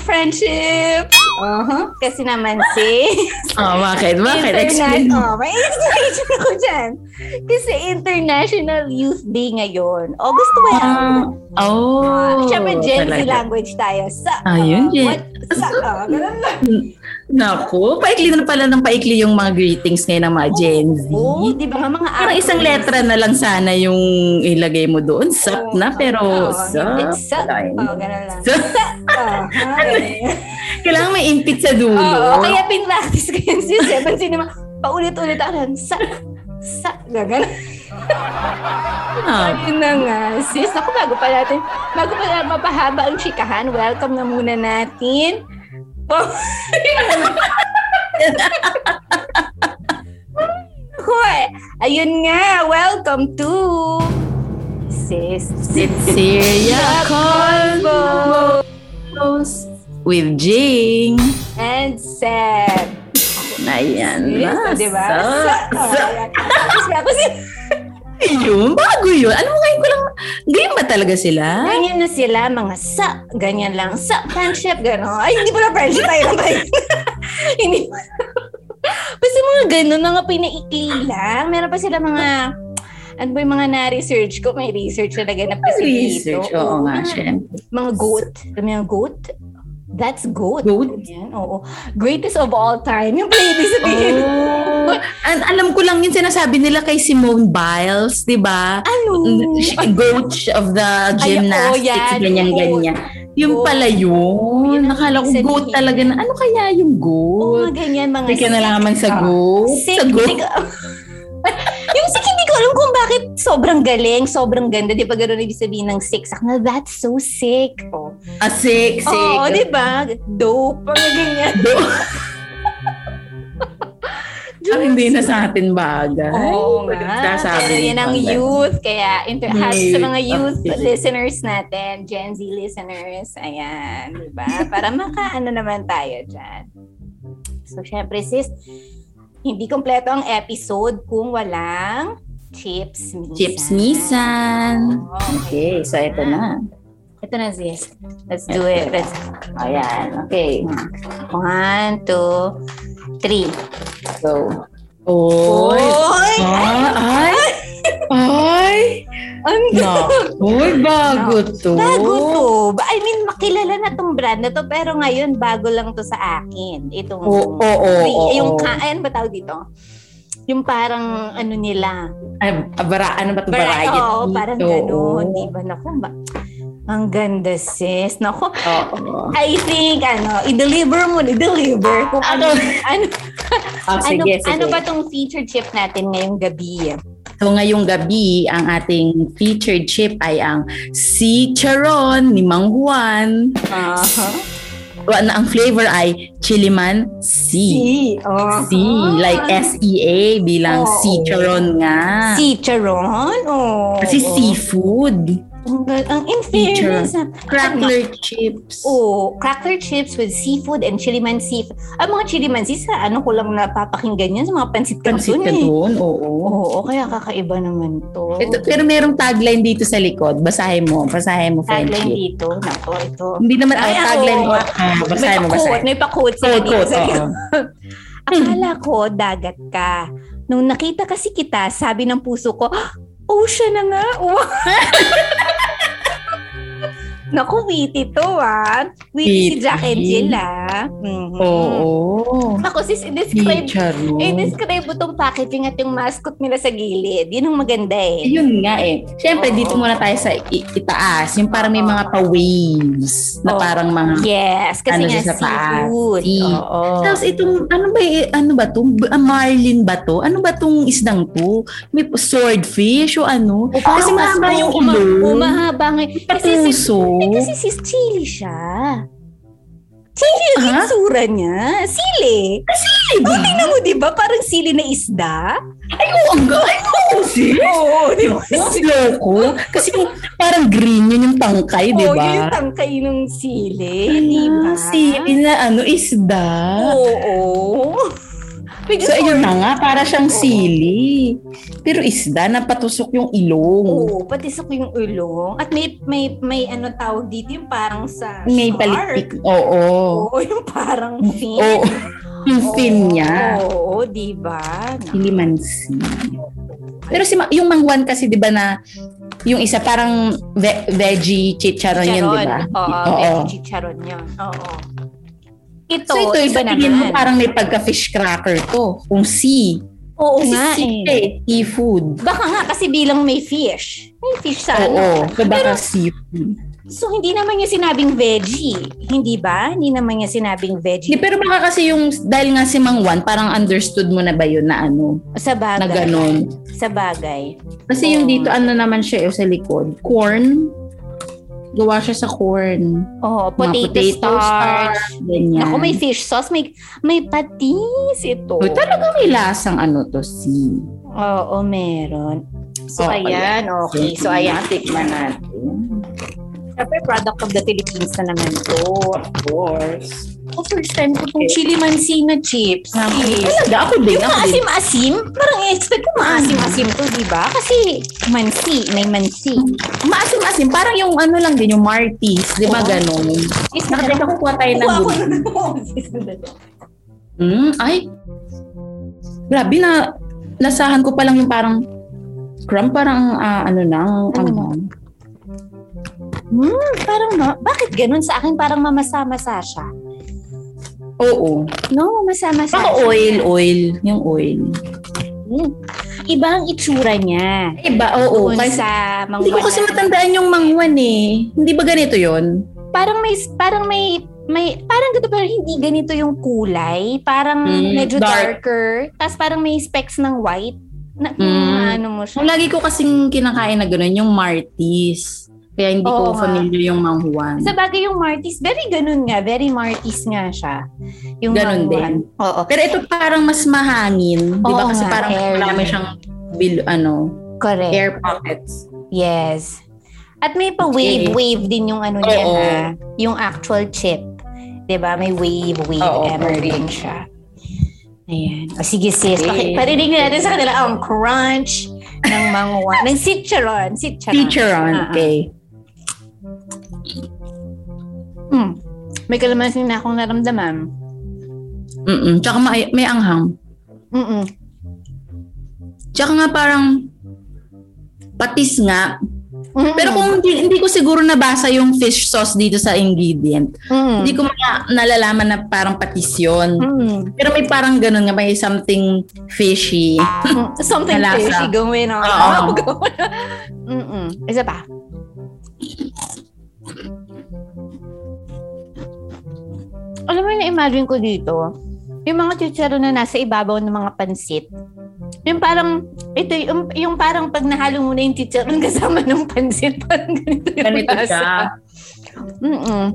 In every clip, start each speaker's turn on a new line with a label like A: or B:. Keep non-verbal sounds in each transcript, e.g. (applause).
A: friendship. Uh-huh. Kasi naman si
B: Oh, (laughs) bakit? Bakit? Explain.
A: International. Oh, may explanation ako dyan. Kasi International Youth Day ngayon. Oh, August 12.
B: Ah,
A: Ah,
B: oh.
A: Siyempre, Gen Z
B: talaga.
A: language tayo. Sa,
B: Ah, yun,
A: ah,
B: Gen-
A: what- Sa, ah, ganun lang.
B: Naku, paikli na pala ng paikli yung mga greetings ngayon ng mga Gen Z.
A: Oo, Oh, di ba nga mga
B: Parang
A: acronyms?
B: isang letra na lang sana yung ilagay mo doon. Sup
A: Oo,
B: na, pero
A: oo,
B: sup.
A: it's sup.
B: wala yun.
A: Oo, Oh, ganun lang.
B: Sup. (laughs)
A: Ah, ah, ganun.
B: Kailangan may impit sa dulo.
A: Oo, kaya pinractice ko yun si Seven Cinema. Paulit-ulit ako lang, sa, sa, gagana.
B: Ah,
A: Yun na nga, sis. Ako, bago pa natin, bago pa mapahaba ang chikahan, welcome na muna natin. Oh. Wow. (laughs) Ako eh. Ayun nga, welcome to Sis
B: Syria
A: Convo
B: Combos with Jing.
A: and Seb.
B: Ayan
A: Yes, diba?
B: na.
A: di ba?
B: (laughs) sup,
A: Sa- oh,
B: sup.
A: ayan. Tapos nga, Kasi
B: Ayun, bago yun. Ano mo ngayon ko lang? Ganyan ba talaga sila?
A: Ganyan na sila, mga sa, ganyan lang, sa, friendship, gano'n. Ay, hindi pala friendship tayo lang tayo. (laughs) hindi pala. Basta mga gano'n, mga pinaikli lang. Meron pa sila mga, ano ba yung mga na-research ko? May research talaga na pa
B: Research, oo nga, syempre.
A: Mga goat. Alam mo yung goat? That's goat.
B: Goat?
A: Ganyan, oo. Greatest of all time. Yung playlist sabihin.
B: Oh, (laughs) an- alam ko lang yun sinasabi nila kay Simone Biles, di ba?
A: Ano?
B: She- Goat of the
A: Ay, oo,
B: gymnastics,
A: yan.
B: ganyan-ganyan. Yung
A: Goat.
B: pala yun.
A: Yun ang
B: Nakala ko
A: ibig
B: goat
A: sabihin.
B: talaga na. Ano kaya yung
A: Oo,
B: goat?
A: mga ganyan, mga
B: Teka na lang naman sa
A: Ah.
B: goat.
A: Sick.
B: Sa
A: Hindi
B: goat.
A: ko, yung sick, hindi ko (laughs) alam kung bakit sobrang galing, sobrang ganda. Di ba ganun ibig sabihin ng sick? Sak na, that's so sick. Oh.
B: Ah, sick, sick.
A: Oo, di ba? Dope. Mga ganyan.
B: Goat.
A: (laughs)
B: Ang hindi na sa atin bagay.
A: Oo nga.
B: Baliktad sa
A: Pero
B: amin.
A: yan ang youth. Kaya inter- hats sa
B: (laughs)
A: mga
B: Yes.
A: youth
B: Okay.
A: listeners natin, Gen Z listeners. Ayan, di ba? Para makaano naman tayo dyan. So, syempre sis, hindi kompleto ang episode kung walang chips misan.
B: Chips Misan.
A: Oo,
B: Okay, so ito na.
A: Ito na sis. Let's do it. Let's... Ayan, okay. One, two, three.
B: Go. Oy!
A: Oy!
B: Ay! Ay!
A: Ang
B: Na. Uy, bago to.
A: Bago to. Ba- I mean, makilala na tong brand na to, pero ngayon, bago lang to sa akin. Itong,
B: Oo, oo, oo.
A: yung, ka- ayan ba tawag dito? Yung parang, ano nila.
B: Ay, bara, ano ba to?
A: Vari-
B: Variety.
A: Oo, parang
B: Oo.
A: ganun. Di ba? Naku, ba? Ang ganda, sis. Naku,
B: Oo. Oh,
A: I think, ano, i-deliver mo, i-deliver. Kung ano, ano,
B: Ah,
A: ano,
B: sige, sige.
A: ano ba tong feature chip natin ngayong gabi?
B: So ngayong gabi, ang ating featured chip ay ang Si Charon ni Mang Juan.
A: Uh-huh.
B: Wa- na- Ang flavor ay Chiliman Si.
A: Si. uh
B: Si, like S-E-A bilang
A: Oo.
B: Si Charon nga.
A: Si Charon? Oh.
B: Kasi seafood.
A: Ang, ang in
B: Teacher.
A: fairness, ah,
B: Crackler chips.
A: Oh, crackler chips with seafood and chili mansi. Ang mga chili mansi sa ano ko lang napapakinggan yan sa mga pansit
B: Pansit
A: kanton
B: ka
A: eh.
B: doon, oo.
A: Oo, kaya kakaiba naman to.
B: Ito, pero merong tagline dito sa likod. Basahin mo. Basahin mo,
A: tagline
B: friendship.
A: dito. Nako, ito.
B: Hindi naman
A: Ay,
B: ang
A: ako.
B: tagline mo. Ah, basahin mo, basahin.
A: May pa-quote.
B: Quote, quote, oo.
A: Akala ko dagat ka. Nung nakita kasi kita, sabi ng puso ko, "Ah, ocean na nga. oh." Wow. (laughs) Naku, witty to ah. Witty si
B: Witty.
A: Jack and Jill ah. Mhm.
B: Oo.
A: Ako sis, i-describe,
B: Teacher.
A: i-describe mo tong packaging at yung mascot nila sa gilid. Yun ang maganda eh.
B: Yun nga eh. Siyempre, dito muna tayo sa i- itaas. Yung parang may mga pa-waves na
A: Oo.
B: parang mga...
A: Yes, kasi
B: Ano
A: nga
B: siya sa taas?
A: seafood.
B: Sea.
A: Oo.
B: Tapos itong, ano ba, eh, ano ba to? B- ah, Marlin ba to? Ano ba tong isdang to? May swordfish o ano?
A: O, parang
B: Kasi
A: mas-
B: mahaba yung
A: uma-
B: ulo.
A: Umahaba nga. Kasi si
B: Kapuso.
A: Eh, kasi sis chili siya. Chili yung
B: Ha?
A: itsura niya. Sili.
B: Ay,
A: Oh, tingnan mo, di ba? Parang sili na isda.
B: Oo, ang gawin ko sis.
A: Oo, di (laughs) ba?
B: Mas loko. Kasi yung parang green yun yung tangkay, di
A: Oo, Oh,
B: ba?
A: yun yung tangkay ng sili.
B: Ano,
A: Di ba? Oh,
B: sili na ano, isda.
A: Oo. Medyo
B: So, ayun na
A: sorry.
B: nga, para
A: Oo.
B: siyang sili. Pero isda, napatusok yung ilong.
A: Oo, patisok yung ulong. At may, may, may ano tawag dito, yung parang sa
B: May
A: shark.
B: palitik. Oo.
A: Oo, yung parang fin.
B: Oo. (laughs) Yung
A: Oh.
B: fin niya.
A: Oo, di ba?
B: Kilimansi. Pero si Ma- yung mangwan kasi 'di ba na yung isa parang ve- veggie chicharon Ah, yun, 'di ba?
A: Oo,
B: Oo.
A: medyo chicharon yun. Oo. Ito,
B: So ito,
A: iba
B: iba
A: naman.
B: mo parang may pagka-fish cracker to. Kung sea.
A: Oo
B: Kasi
A: nga
B: sea
A: eh.
B: eh. Sea food.
A: Baka nga kasi bilang may fish. May fish sa
B: Oo.
A: ano.
B: So baka
A: Pero,
B: seafood.
A: so hindi naman niya sinabing veggie. Hindi ba? Hindi naman niya sinabing
B: Di,
A: veggie.
B: pero baka kasi yung, dahil nga si Mang Juan, parang understood mo na ba yun na ano,
A: Sa bagay.
B: na ganon.
A: Sa bagay.
B: Kasi yung
A: Oo.
B: dito, ano naman siya eh, sa likod, corn. Gawa siya sa corn.
A: Oo,
B: Mga
A: potato, starch.
B: Ganyan.
A: Ako, may fish sauce. May, may patis ito.
B: Oh, talaga may lasang ano to, si.
A: Oo, meron. So,
B: Oo,
A: Oh, ayan. Okay. So, ayan. Tikman na.
B: natin.
A: Siyempre, product of the Philippines na naman to.
B: Of course.
A: Oh, first time ko itong chili mansina chips. Yes.
B: Talaga, ako din. Ako din.
A: Maasim-asim? Parang expect ko maasim-asim to, di ba? Kasi mansi, may mansi.
B: Maasim-asim. Parang yung ano lang din, yung Martis. Di ba
A: Oo.
B: ganun?
A: Yes,
B: Nakateka, kukuha tayo ng
A: Kuha ko
B: gulay.
A: ng
B: Mm, ay. Grabe na. Lasahan ko pa lang yung parang crumb parang ah, ano na ang
A: Ano
B: ang
A: na? Hmm, (laughs) parang no. Bakit ganun sa akin? Parang mamasa-masa siya.
B: oo
A: No, mamasa-masa
B: baka
A: siya.
B: oil oil yung oil
A: Hmm. Iba ang itsura niya.
B: iba oo
A: Doon
B: kasi
A: sa
B: hindi ko
A: mangwan
B: kasi
A: na-
B: matandaan yung mangwan eh hindi ba ganito yon
A: parang may parang may may parang ganito pero hindi ganito yung kulay. Parang
B: Mm,
A: medyo
B: dark.
A: darker. Tapos parang may specks ng white. Na,
B: Mm.
A: ano mo siya.
B: Ang lagi ko kasing kinakain na gano'n, yung Martis. Kaya hindi
A: Oo
B: ko
A: nga.
B: familiar yung manghuan.
A: Sa bagay yung Martis, very ganun nga. Very Martis nga siya. Yung
B: Ganun
A: mangwan. Oo,
B: Pero ito parang mas mahangin. di ba?
A: Oo
B: Kasi
A: nga,
B: parang
A: air.
B: marami siyang bil, ano,
A: correct.
B: air pockets.
A: Yes. At may pa-wave-wave din yung ano niya
B: Oo.
A: na, yung actual chip. 'Di ba May wave-wave
B: Oo,
A: ever
B: correct.
A: din siya. Ayan. O sige sis, paki-
B: Okay.
A: parinig natin sa kanila ang crunch ng mangwa, (laughs) ng sitcharon, sitcharon.
B: Feature on,
A: Ah, ah.
B: okay.
A: Mm. May kalamansin na akong naramdaman.
B: Mm-mm. Tsaka may, may anghang.
A: Mm-mm.
B: Tsaka nga parang patis nga.
A: Mm-mm.
B: Pero kung hindi, hindi ko siguro nabasa yung fish sauce dito sa ingredient,
A: Mm-mm.
B: hindi ko na, nalalaman na parang patis yun.
A: Mm-mm.
B: Pero may parang ganun nga, may something fishy.
A: Mm. (laughs) Something
B: Nalasa.
A: fishy going on. (laughs)
B: Oo.
A: Going on. Mm-mm. Isa pa. Alam mo yung na-imagine ko dito, yung mga chicharon na nasa ibabaw ng mga pansit, yung parang, ito, yung, yung parang pag nahalo mo na yung chicharon kasama ng pansit, (laughs) parang ganito yung
B: Ganito siya.
A: Mm-mm.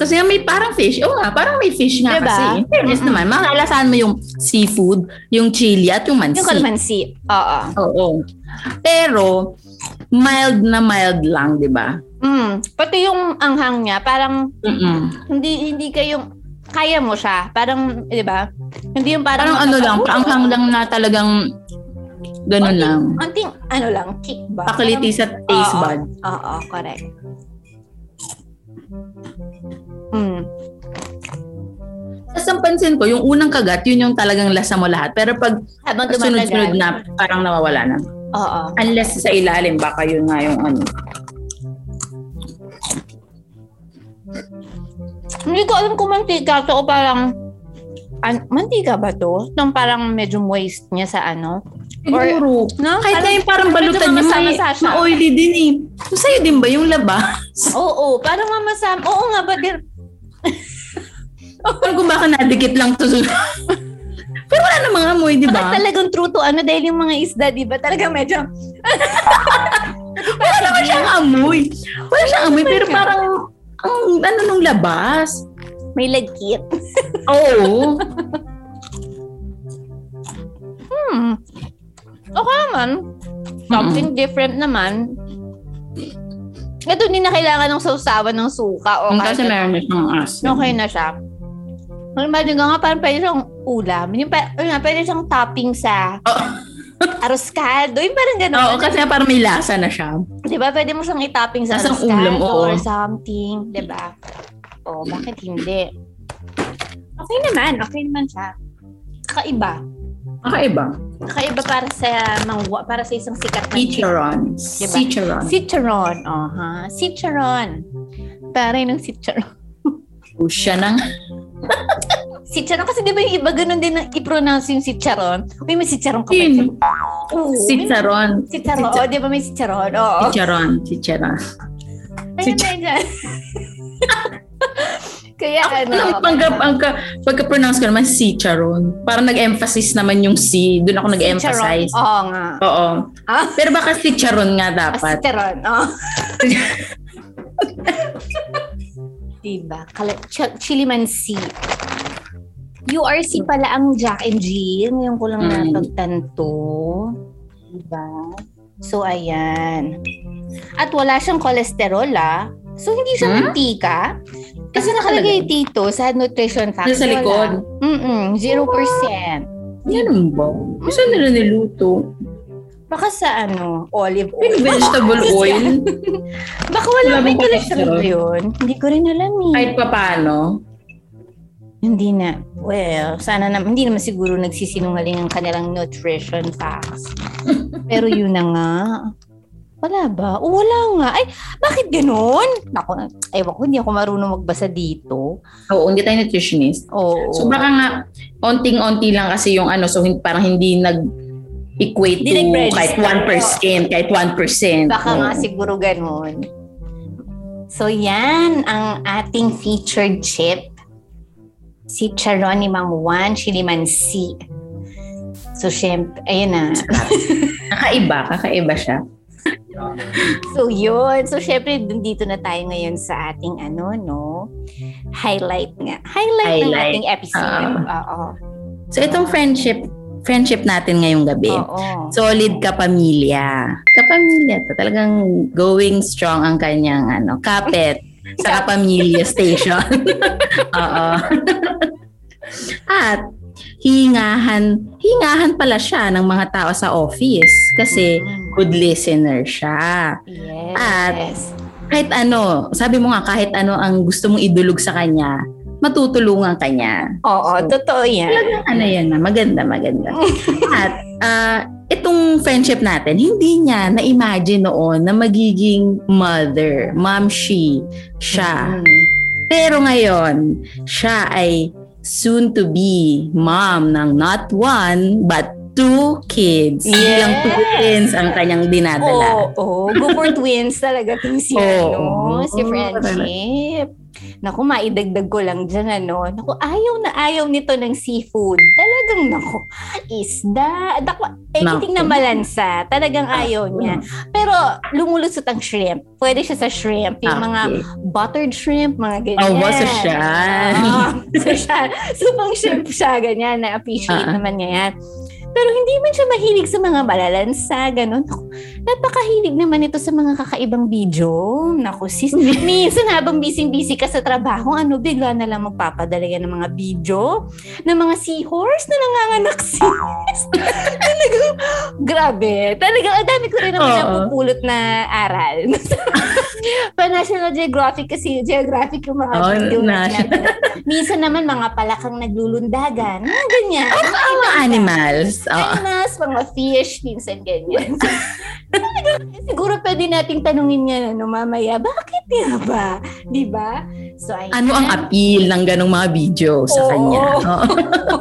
B: Kasi nga may parang fish. Oo nga, parang may fish nga
A: Diba?
B: kasi. In fairness
A: Mm-mm.
B: naman, makakalasahan mo yung seafood, yung chili, at yung mansi.
A: Yung kalmansi. Oo.
B: Oo. Pero, mild na mild lang, di ba?
A: Mm. Pati yung anghang niya, parang
B: Mm-mm.
A: hindi hindi kayong kaya mo siya. Parang, 'di ba? Hindi yung parang
B: Parang ano lang,
A: Oo.
B: paanghang lang na talagang ganun
A: Konting-
B: lang.
A: Konting ano lang, kick ba?
B: Pakaliti sa taste
A: Oo.
B: bud.
A: Parang- Oo, correct. Mm.
B: Tapos ang pansin ko, yung unang kagat, yun yung talagang lasa mo lahat. Pero pag
A: Habang tumatagal.
B: sunod-sunod na, parang nawawala na.
A: Oo.
B: Unless sa ilalim, baka yun nga yung ano.
A: Hindi ko alam kung mantika to o parang an- mantika ba to? Nang parang medyo moist niya sa ano. Or-
B: Siguro.
A: No?
B: Kahit na
A: parang,
B: yung parang balutan
A: medyo
B: niya, may,
A: mamasa-masa siya.
B: ma-oily din eh. So, sa'yo din ba yung laba? (laughs)
A: Oo, parang mamasam. Oo nga, but there-
B: Parang kung baka nadikit lang to. (laughs) Pero wala namang amoy, di
A: Bakit
B: ba?
A: talagang true to ano dahil yung mga isda, di ba? Talaga medyo
B: Wala naman siyang amoy. Wala siyang amoy, pero
A: God.
B: parang ang ano nung labas.
A: may lagkit.
B: (laughs) Oo.
A: Hmm. Okay naman. Something
B: Mm.
A: different naman. Ito, hindi na kailangan ng sausawan ng suka. O
B: Ang Mm, kasi
A: kahit-
B: meron na siyang asin.
A: Okay na siya. Imagine ka nga, parang pwede siyang ulam. Yung pa, yun nga, pwede siyang topping sa
B: (laughs) Oo.
A: arroz caldo. Yung parang gano'n.
B: Oo, kasi parang may lasa na siya.
A: Di ba? Pwede mo siyang i-topping sa
B: Nasa
A: arroz
B: Ah, ulam,
A: caldo
B: oo.
A: or something. Di ba? O, bakit hindi? Okay naman. Okay naman siya. Kakaiba.
B: Kakaiba.
A: Kakaiba para sa mangwa, para sa isang sikat na
B: Chicharon.
A: Diba?
B: Chicharon.
A: Cicharon. Oh, ha? Cicharon. Taray ng cicharon.
B: Sipo siya ng...
A: Cicharon kasi di ba yung iba ganun din na i-pronounce yung cicharon? Uy, may Oh. cicharon ka ba? Oo,
B: Yun.
A: may
B: Chicharon.
A: Cicharon. Oh, di ba may cicharon? Oo.
B: Chicharon. Chicharon.
A: Ayun
B: Chicha-
A: tayo dyan. (laughs) Kaya
B: Ako,
A: ano.
B: ano, pag, ang ka- pagka-pronounce ko naman, chicharon. Parang nag-emphasis naman yung C. Doon ako nag-emphasize.
A: Cicharon. Oo nga.
B: Oo.
A: Ah?
B: Pero baka chicharon nga
A: Ah,
B: dapat.
A: Cicharon. Oo. (laughs) diba? Kala- ch- chili mansi. URC pala ang Jack and Jill. Ngayon ko lang
B: Mm.
A: napagtanto. Diba? So, ayan. At wala siyang cholesterol, ah. So, hindi siya
B: Hmm?
A: mantika. Kasi
B: Nasaan
A: nakalagay dito sa nutrition factor.
B: Nasa likod.
A: Mm-mm, 0%.
B: Ganun ba? Gusto nila niluto.
A: Baka sa ano, olive
B: Yung
A: oil. (laughs)
B: vegetable oil,
A: Baka wala
B: Wala
A: may
B: bang
A: cholesterol ba yun? Hindi ko rin alam eh.
B: kahit pa paano.
A: Hindi na. Well, sana naman. Hindi naman siguro nagsisinungaling ang kanilang nutrition facts. Pero yun na nga. Wala ba? O, wala nga. Ay, bakit ganun? Naku, ewan ko, hindi ako marunong magbasa dito.
B: Oo, hindi tayo nutritionist.
A: Oo.
B: So baka nga, onting-onti lang kasi yung ano, so hin- parang hindi nag equate
A: Hindi
B: to
A: nag-register.
B: kahit 1%, kahit 1%.
A: Baka
B: Oo.
A: nga siguro ganun. So yan ang ating featured chip. Si Charon ni Mang Juan, Chili Mansi. So syempre, ayun na.
B: Kakaiba, kakaiba siya.
A: So yun. So syempre, dito na tayo ngayon sa ating ano, no? Highlight nga. Highlight, ng
B: Highlight. Ah.
A: ating episode. Oo.
B: So itong friendship, friendship natin ngayong gabi.
A: Oo.
B: Solid kapamilya. Kapamilya to. Talagang going strong ang kanyang ano, kapet sa (laughs) kapamilya station. Oo. At hingahan, hingahan pala siya ng mga tao sa office kasi
A: Mm.
B: good listener siya.
A: Mm-hmm. Yes.
B: At- Kahit ano, sabi mo nga kahit ano ang gusto mong idulog sa kanya, matutulungan kanya.
A: Oo,
B: So,
A: totoo yan.
B: Talagang ano yan na, maganda, maganda. At ah, itong friendship natin, hindi niya na-imagine noon na magiging mother, mom she, siya.
A: Mm.
B: Pero ngayon, siya ay soon to be mom ng not one, but two kids.
A: Yes!
B: Bilang two twins ang kanyang dinadala.
A: Oo, oh, go for twins talaga itong si,
B: Oo.
A: ano, si
B: Oo,
A: Friendship. Naku, maidagdag ko lang dyan, ano. Naku, ayaw na ayaw nito ng seafood. Talagang, naku, isda. Naku, anything na
B: Naku.
A: malansa. Talagang ayaw niya. Pero lumulusot ang shrimp. Pwede siya sa shrimp. Yung mga
B: Ah, Okay.
A: buttered shrimp, mga ganyan.
B: Oh, basta siya.
A: Oo, so siya. (laughs) So, pang shrimp siya, ganyan. Na-appreciate
B: Ah.
A: naman niya yan. Pero hindi man siya mahilig sa mga malalansa, ganun. Naku, Napakahilig naman ito sa mga kakaibang video. Naku,
B: (laughs)
A: sis. Minsan habang busy-busy ka sa trabaho, ano, bigla na lang magpapadala yan ng mga video ng mga seahorse na nanganganak (laughs) sis. Talagang, grabe. Talagang, ang dami ko rin naman
B: Oo.
A: napupulot na aral. (laughs) pa National Geographic kasi geographic yung mga
B: Oh,
A: video na
B: national.
A: sinabi. Minsan naman mga palakang naglulundagan. Mga ganyan.
B: Mga animals. Oo.
A: Mas mga fish, minsan
B: (laughs)
A: ganyan. So, talagang siguro pwede nating tanungin niya ano, mamaya, bakit nga ba? Di ba? So, ayun.
B: Ano ang appeal ng ganong mga video sa
A: Oo.
B: kanya?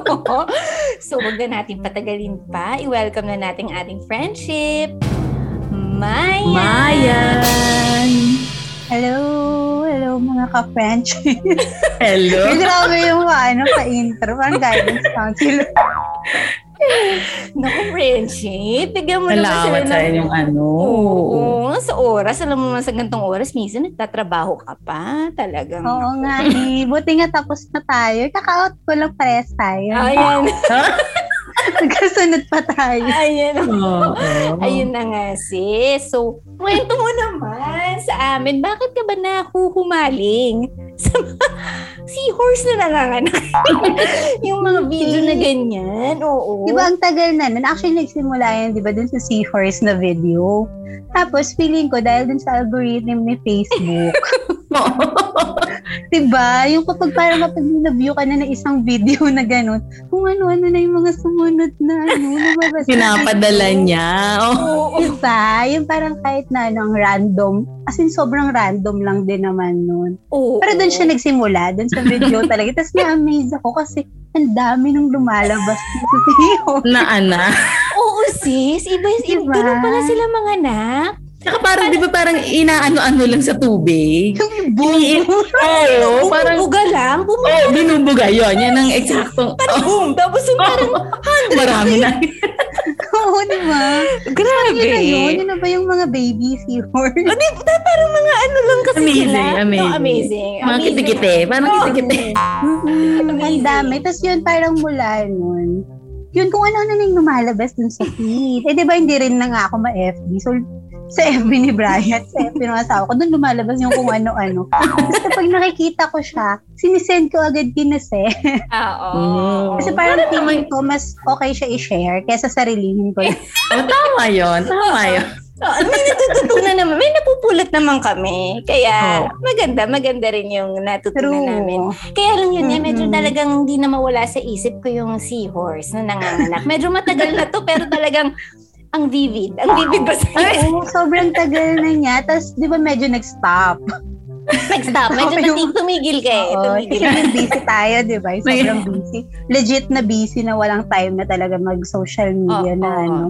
B: Oo.
A: (laughs) so, wag na natin patagalin pa. I-welcome na natin ating friendship. Maya!
B: Mayan!
C: Hello, hello mga ka-French. (laughs)
B: Hello!
C: Grabe yung ano, pa-intro, parang guidance counselor.
A: Naku, friendship. Bigyan mo naman sila
B: Nalamat sa
A: ng
B: inyong ano.
A: Oo, sa oras. Alam mo man sa gantong oras, minsan nagtatrabaho ka pa. Talagang.
C: Oo
A: Ah.
C: nga (laughs) eh, buti nga tapos na tayo. Kaka-out ko lang pares tayo.
A: Ayan.
C: Nagkasunod pa tayo.
A: Ayun.
B: Oo.
A: Ayun na nga sis. So, kwento mo naman sa amin, bakit ka ba nahuhumaling (laughs) sa mga seahorse na nanganganak? (laughs) yung mga video na ganyan, oo.
C: Di ba Diba, ang tagal na nun? Actually, nagsimula yan, di ba, dun sa seahorse na video. Tapos, feeling ko, dahil dun sa algorithm ni Facebook, di ba, yung kapag parang kapag na-view ka na ng isang video na ganun, kung ano-ano na yung mga sumunod na, ano, lumabas.
B: (laughs) Pinapadala niya. Oh, Oo.
A: Oo.
C: Di ba? Yung parang kahit na ano, ang random. As in, sobrang random lang din naman nun.
A: oo.
C: Pero doon siya nagsimula, doon sa video talaga. Tapos na-amaze ako kasi ang dami nung lumalabas sa video.
B: Na ana.
A: Oo sis, iba, iba.
C: Diba?
A: ganun pala sila mga anak.
B: Saka parang, di ba parang inaano-ano lang sa tubig?
C: Yung
B: Iniit. Oo, parang,
A: Bumubuga lang, bumuga.
B: oh, binubuga yun. Yan ang eksaktong, oh,
A: Boom! Tapos yung parang,
B: marami na.
C: (laughs) Oo, di ba?
A: grabe.
C: Yun na yun. Yun na ba yung mga baby seahorse?
A: Ano yun? Parang mga ano lang kasi
B: Amazing,
A: sila.
B: amazing.
A: No, amazing.
B: Mga
A: Amazing.
B: kitikite. Parang
A: Oo. (laughs)
B: kitikite.
C: Ang dami. Tapos yun, parang mula nun, yun kung ano-ano na yung lumalabas dun sa feed. Eh, di ba, hindi rin na nga ako ma-FB. So, sa FB ni Brian, sa FB ng asawa ko, dun lumalabas yung kung ano-ano. Tapos kapag nakikita ko siya, sinisend ko agad kinase.
A: Oo.
B: Mm.
A: Kasi
C: Kasi
A: parang,
C: parang feeling ko, mas okay siya i-share kesa
A: Eh,
C: sarilihin ko.
B: Oh, tama yun. Tama yun.
A: oh, may natututunan naman. May napupulot naman kami. Kaya,
B: Oo.
A: maganda. Maganda rin yung natutunan
C: True.
A: namin. Kaya lang yun, eh, medyo
C: Mm-mm.
A: talagang hindi na mawala sa isip ko yung seahorse na nanganganak. Medyo matagal na to, pero talagang ang vivid. Ang vivid ba sa'yo?
C: Oo, sobrang tagal na niya. Tapos, di ba, medyo nag-stop.
A: Nag-stop. Medyo
C: Okay.
A: nating tumigil ka eh.
C: Oo, kasi
A: Tumigil.
C: yung busy tayo, di ba? Yung
B: May-
C: Sobrang busy. Legit na busy na walang time na talaga mag-social media
A: Oo,
C: na
A: oo.
C: ano.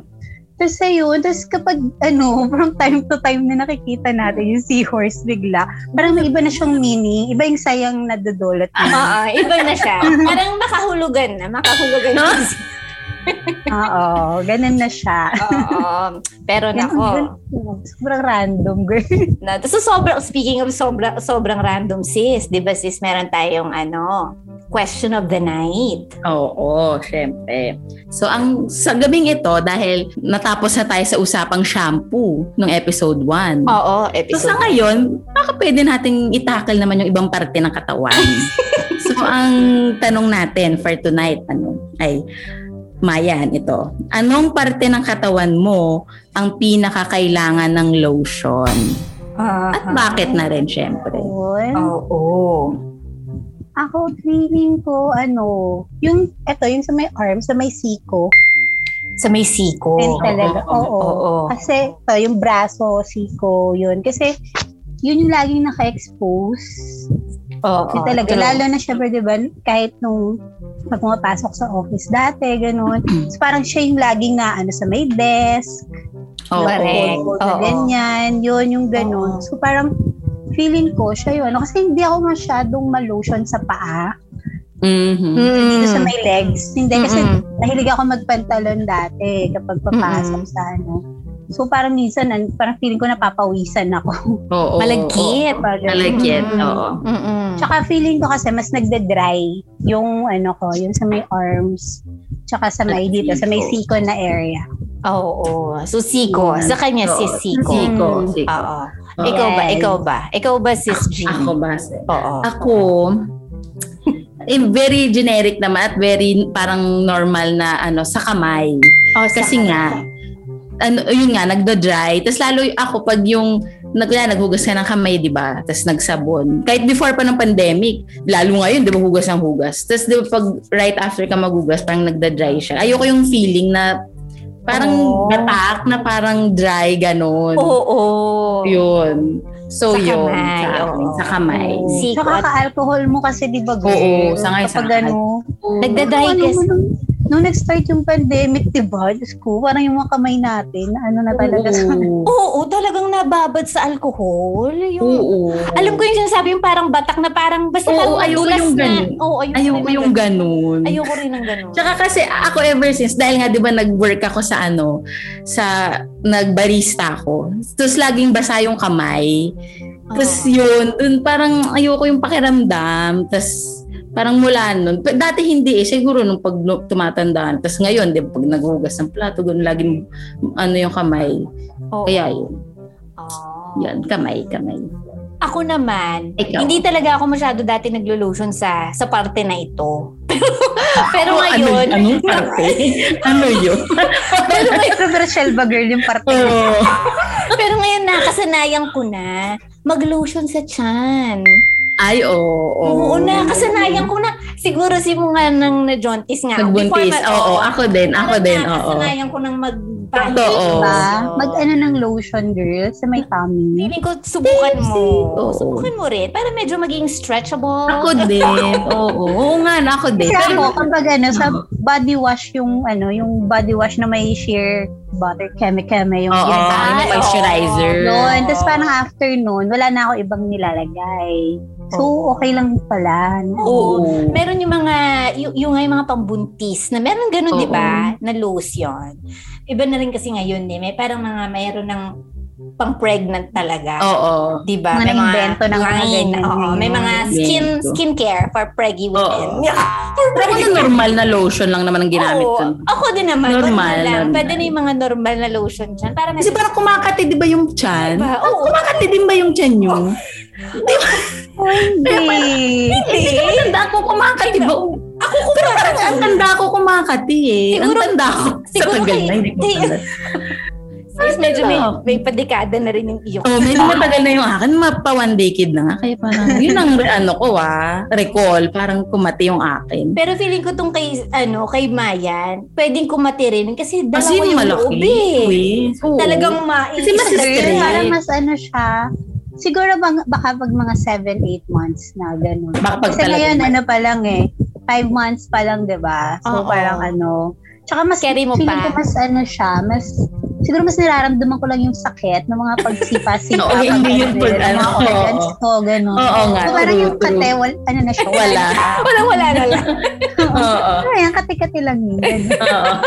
C: Tapos ayun, tapos kapag ano, (laughs) from time to time na nakikita natin yung seahorse bigla, parang may iba na siyang meaning, iba yung sayang nadudulot niya.
A: Oo, iba na siya. Parang makahulugan na. Makahulugan
B: No?
A: na siya.
C: Oo, ganun na siya.
A: Oo. Pero nako.
C: Ganun, ganun. Sobrang random, girl.
A: Na, so sobrang, speaking of sobrang, sobrang random sis, di ba sis, meron tayong ano, question of the night.
B: Oo, syempre. So, ang sa gabing ito, dahil natapos na tayo sa usapang shampoo nung episode 1.
A: Oo,
B: So, sa
A: episode.
B: ngayon, baka pwede nating itakal naman yung ibang parte ng katawan.
A: (laughs)
B: so, ang tanong natin for tonight, ano, ay, Mayan, ito. Anong parte ng katawan mo ang pinakakailangan ng lotion?
A: Ah,
B: At bakit na rin, syempre?
C: Ayun.
A: Oo.
C: Ako, feeling ko, ano, yung, eto, yung sa may arm, sa may siko,
A: Sa may siko.
C: Yun talaga, oo. Kasi to, yung braso, siko, yun. Kasi yun yung laging naka-expose.
A: Oo.
C: Yun
A: Ah,
C: talaga.
A: True.
C: Lalo na syempre, di ba, kahit nung pag pumapasok sa office dati, ganun. So, parang siya yung laging na ano sa may desk,
B: Oo.
A: Correct.
C: cold, na
A: Oo.
C: ganyan, yun yung
A: Oo.
C: ganun. So parang feeling ko siya yun. Ano, Kasi hindi ako masyadong malotion sa paa,
B: Mhm.
A: Mm.
C: sa may legs. Hindi, kasi
A: Mm-mm.
C: nahilig ako magpantalon dati kapag papasok
A: Mm-mm.
C: sa ano. So parang minsan, an- parang feeling ko napapawisan ako.
B: Oo.
A: Malagkit. Mm-hmm.
C: Kapag-
B: Malagkit,
A: Mm-mm.
B: oo.
A: Mm-mm.
C: Tsaka feeling ko kasi mas nagde-dry yung ano ko, yung sa may arms. Tsaka sa may dito, sa may siko na area.
A: Oo. So siko.
B: Yun.
A: Sa kanya
B: Oo,
A: sis siko.
C: siko.
B: Siko.
C: Mm.
B: siko.
A: Oo.
B: Oo.
A: Ikaw ba?
C: Yes.
A: Ikaw ba? Ikaw ba sis G?
B: Ako ba?
A: Oo.
B: Ako, eh, very generic naman at very parang normal na ano sa kamay.
A: Oh,
B: Kasi nga, ano, yun nga, nagda-dry. Tapos lalo y- ako pag yung nag, wala, naghugas ka ng kamay, di ba? Tapos nagsabon. Kahit before pa ng pandemic, lalo ngayon, di ba, hugas ang hugas. Tapos di ba, pag right after ka maghugas, parang nagda-dry siya. Ayoko yung feeling na parang
A: Oo.
B: batak, na parang dry, ganun.
A: Oo.
B: Yun. So,
A: Sa
B: yun.
A: kamay,
B: sa, akin,
A: oo.
B: sa kamay.
A: Oo. Siko
C: Tsaka
A: at-
C: ka-alcohol mo kasi di ba
B: Oo, sangay, sangay.
C: Kapag ano,
A: Nagda-dry
C: ano,
A: kasi.
C: nung, nung nag-start yung pandemic, di ba? Diyos ko, parang yung mga kamay natin, na ano na talaga sa...
A: (laughs)
B: (laughs) Oo.
A: Oo, talagang nababad sa alcohol. Yung,
B: Oo.
A: Alam ko yung sinasabi yung parang batak na parang basta
B: Oo,
A: parang
B: ayoko
A: madulas
B: yung
A: na.
B: ganun.
A: Oo, ayoko,
B: Ayoko
A: rin ng
B: yung ganun.
A: ganun. Ayoko rin ng ganun.
B: ano, Tsaka kasi ako ever since, dahil nga di ba nag-work ako sa ano, sa nagbarista ako. Tapos laging basa yung kamay. Tapos
A: Oo.
B: yun, dun parang ayoko yung pakiramdam. Tapos Parang mula nun. P- Dati hindi eh. Siguro nung pag nu- tumatanda. Tapos ngayon, di ba, pag naghugas ng plato, ganun lagi m- ano yung kamay.
A: Oo.
B: Kaya yun.
A: Oo.
B: Yan, kamay, kamay.
A: Ako naman,
B: Ikaw.
A: hindi talaga ako masyado dati naglo-lotion sa sa parte na ito. (laughs) Pero
B: Oh, ano,
A: ngayon,
B: anong (laughs) parte? ano yun?
C: Pero controversial ba girl yung parte na
B: Oo.
A: (laughs) pero ngayon nakasanayan ko na mag-lotion sa tiyan.
B: Ay, oo. Oh.
A: Oo na, kasanayan ko na. Siguro simula nang na-jauntis nga. ako. Before
B: Nagbuntis.
A: ma-
B: Oo, ako din. Ako
A: Parang
B: din, oo.
A: nakasanayan ko nang mag
B: Totoo. Diba?
C: ba? Mag-ano ng lotion girl sa may tummy.
A: Feeling ko, subukan mo.
B: Oo.
A: Subukan mo rin. Para medyo maging stretchable.
B: Ako
A: (laughs)
B: din. Oo. Oo nga, ako din.
C: Kasi
B: Pero,
C: ako, kapag ano, sa body wash yung, ano, yung body wash na may sheer butter, keme-keme yung
B: oo, Ah,
C: ginagamit.
B: yung moisturizer.
C: Noon, tapos parang after noon, wala na ako ibang nilalagay. So, okay lang
B: (laughs)
C: pala.
A: Oo. Meron yung mga, yung, yung nga yung mga pambuntis na meron ganun,
B: Oo.
A: di ba? Na lotion. Iba na rin kasi ngayon, eh. May parang mga, mayroon ng pang-pregnant talaga.
B: Oo.
A: Di ba?
C: Mga
A: May
C: naimbento ng mga
A: line,
C: ganyan
A: oo. May
C: ngayon.
A: mga skin
B: Invento.
A: skincare for preggy women.
B: Oo.
A: Yeah.
B: Pero kung ano, normal na lotion lang naman ang ginamit
A: Oo.
B: dun.
A: Ako din naman. Normal.
B: Normal,
A: lang.
B: normal.
A: Pwede na yung mga normal na lotion dyan. Para
B: Kasi parang kumakati, di ba yung chan?
A: Diba? Oo.
B: Kumakati din ba yung chan nyo?
C: Oh,
B: Eh,
C: hindi.
B: Hindi ko matanda ako kumakati
A: Diba?
B: ba? Ako kumakati. Ang tanda ko kumakati eh.
A: Siguro-
B: ang tanda ko. Sa
A: siguro
B: tagal
A: kay-
B: na, hindi ko
A: kay-
B: matanda.
A: Sis, medyo may,
B: Ano?
A: may padekada na rin yung iyong.
B: Oh, medyo matagal na yung akin. Mapa one day kid na nga. Kaya parang, yun ang re- ano ko ah. Recall. Parang kumati yung akin.
A: Pero feeling ko tong kay, ano, kay Mayan, pwedeng kumati rin kasi dalawa
B: Kasi
A: yung
B: malaki.
A: loob eh.
B: Wait. Oo.
A: Talagang ma
B: Kasi mas
A: isa-
B: straight.
C: Girl, parang mas ano siya. Siguro bang, baka pag mga 7-8 months na gano'n.
B: Baka pag
C: Kasi
B: talagang-
C: ngayon, ano pa lang eh. 5 months pa lang, di ba?
A: Oo.
C: So, parang ano. Tsaka mas,
A: Carry mo
C: feeling
A: pa.
C: ko mas ano siya, mas, siguro mas nararamdaman ko lang yung sakit ng mga pagsipa-sipa.
B: (laughs) Oo, hindi yun pag
C: ng mga
B: ano.
C: organs ko, gano'n.
B: Oo nga.
C: So, parang
B: True,
C: yung kate, wal, ano na siya, (laughs)
B: Wala.
A: Wala, wala na lang.
B: Oo.
C: Ano yan, kate-kate lang yun. ganun.
B: Oo.
A: Ah,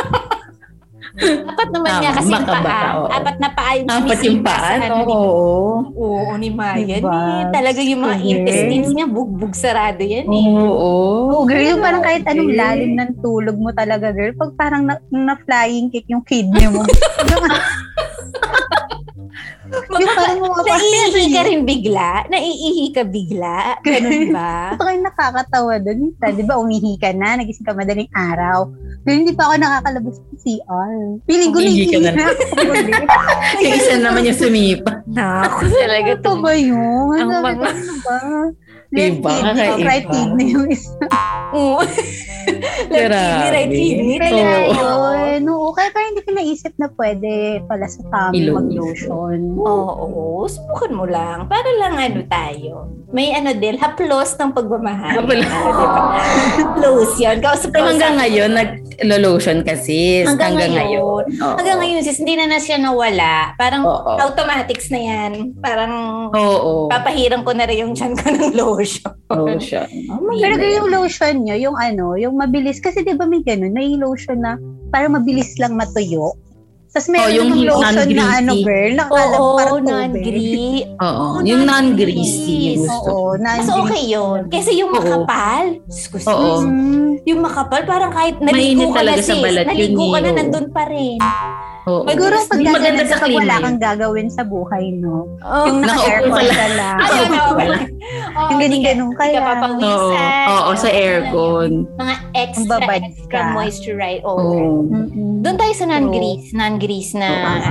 A: Apat naman
B: Tama,
A: niya kasi yung
B: baka-baka,
A: paa.
B: oo.
A: Apat na paa yung
B: Apat
A: sumisipa
B: yung
A: sa
B: paan.
A: ano ni-
B: Oo.
A: Oo, ni Mayan.
C: Diba?
A: Eh. Talaga yung mga
C: Sige.
A: intestines niya, bugbog sarado yan. Eh.
B: Oo.
C: Oo, Oh, girl, yung parang kahit anong lalim ng tulog mo talaga, girl. Pag parang na, na-flying kick yung kidney mo. yung
B: (laughs)
C: parang
A: Naiihi ka rin bigla? Naiihi ka bigla? Ganun ba?
C: (laughs) Ito kayo nakakatawa doon. Di ba, umihi ka na, nagising ka madaling araw. Girl, hindi pa ako nakakalabas ng CR. Feeling ko
B: Umihi ka
C: naiihi
B: na.
C: na ako.
B: Yung isa naman yung sumipa.
A: Naku, talaga
C: Ano ba yun?
A: Ang
C: Sabi ko,
A: mga-
C: ano ba?
B: Iba,
C: Left kidney,
B: kakaiba.
C: right kidney yung isa.
A: Oo. (laughs) Left kidney, right
B: Grabe.
A: kidney.
C: Kaya
B: Oo.
C: yun. Oo, kaya parang hindi ko naisip na pwede pala sa tummy
B: Ilong.
C: mag-lotion.
A: Oo, oo. Subukan mo lang. Para lang ano tayo. May ano din, haplos ng pagmamahal. (laughs)
B: Haplos.
A: Ano, diba? Haplos yun. Kausap
B: So hanggang
A: kausap.
B: ngayon, nag-lotion kasi.
A: Hanggang,
B: Hanggang, ngayon.
A: ngayon.
B: Oo.
A: Hanggang ngayon, sis, hindi na na siya nawala. Parang
B: Oo.
A: automatics na yan. Parang
B: Oo.
A: papahirang ko na rin yung chan ko ng lotion.
B: Lotion.
C: Pero girl, yung lotion nyo, yung ano, yung mabilis. Kasi di ba may ganun, may lotion na parang mabilis lang matuyo. Tapos
B: Oh,
C: meron
B: yung
C: yung, lotion
B: non-greasy.
C: na ano, girl, nakakalap
A: Oo,
C: parang tubig.
A: non-gree.
B: Oo.
A: Oo,
B: Yung
A: non-greasy.
B: non-greasy. Yung gusto.
C: Oo,
A: Mas
C: non-greasy.
A: okay yun. Kasi yung
B: Oo.
A: makapal, sus ko, sis.
B: Oo.
C: Mm.
A: Yung makapal, parang kahit
B: Mainit
A: naligo ka na
B: talaga sa
A: sis,
B: balat yun
A: naligo ka
B: eh,
A: na,
B: oo.
A: nandun pa rin.
B: Oo.
C: Siguro
A: Mas
C: pag
B: hindi maganda
C: gaganan
B: sa
C: ka, wala
B: klima
C: kang gagawin sa buhay, no?
A: Oh.
C: Yung
B: Nakaupo
C: naka-aircon
B: ka lang.
C: ka lang.
A: Ay, ano, wala. Oo,
C: Yung
A: hindi ka-
C: ganun-ganun
A: Hindi ka
C: kaya.
B: Oo.
A: papawisan.
B: Oo, sa aircon.
A: Mga extra,
C: Babad
A: extra
C: ka.
A: moisturize. Oo.
B: Oo.
C: Mm-mm.
A: Doon tayo sa non-grease. Non-grease na,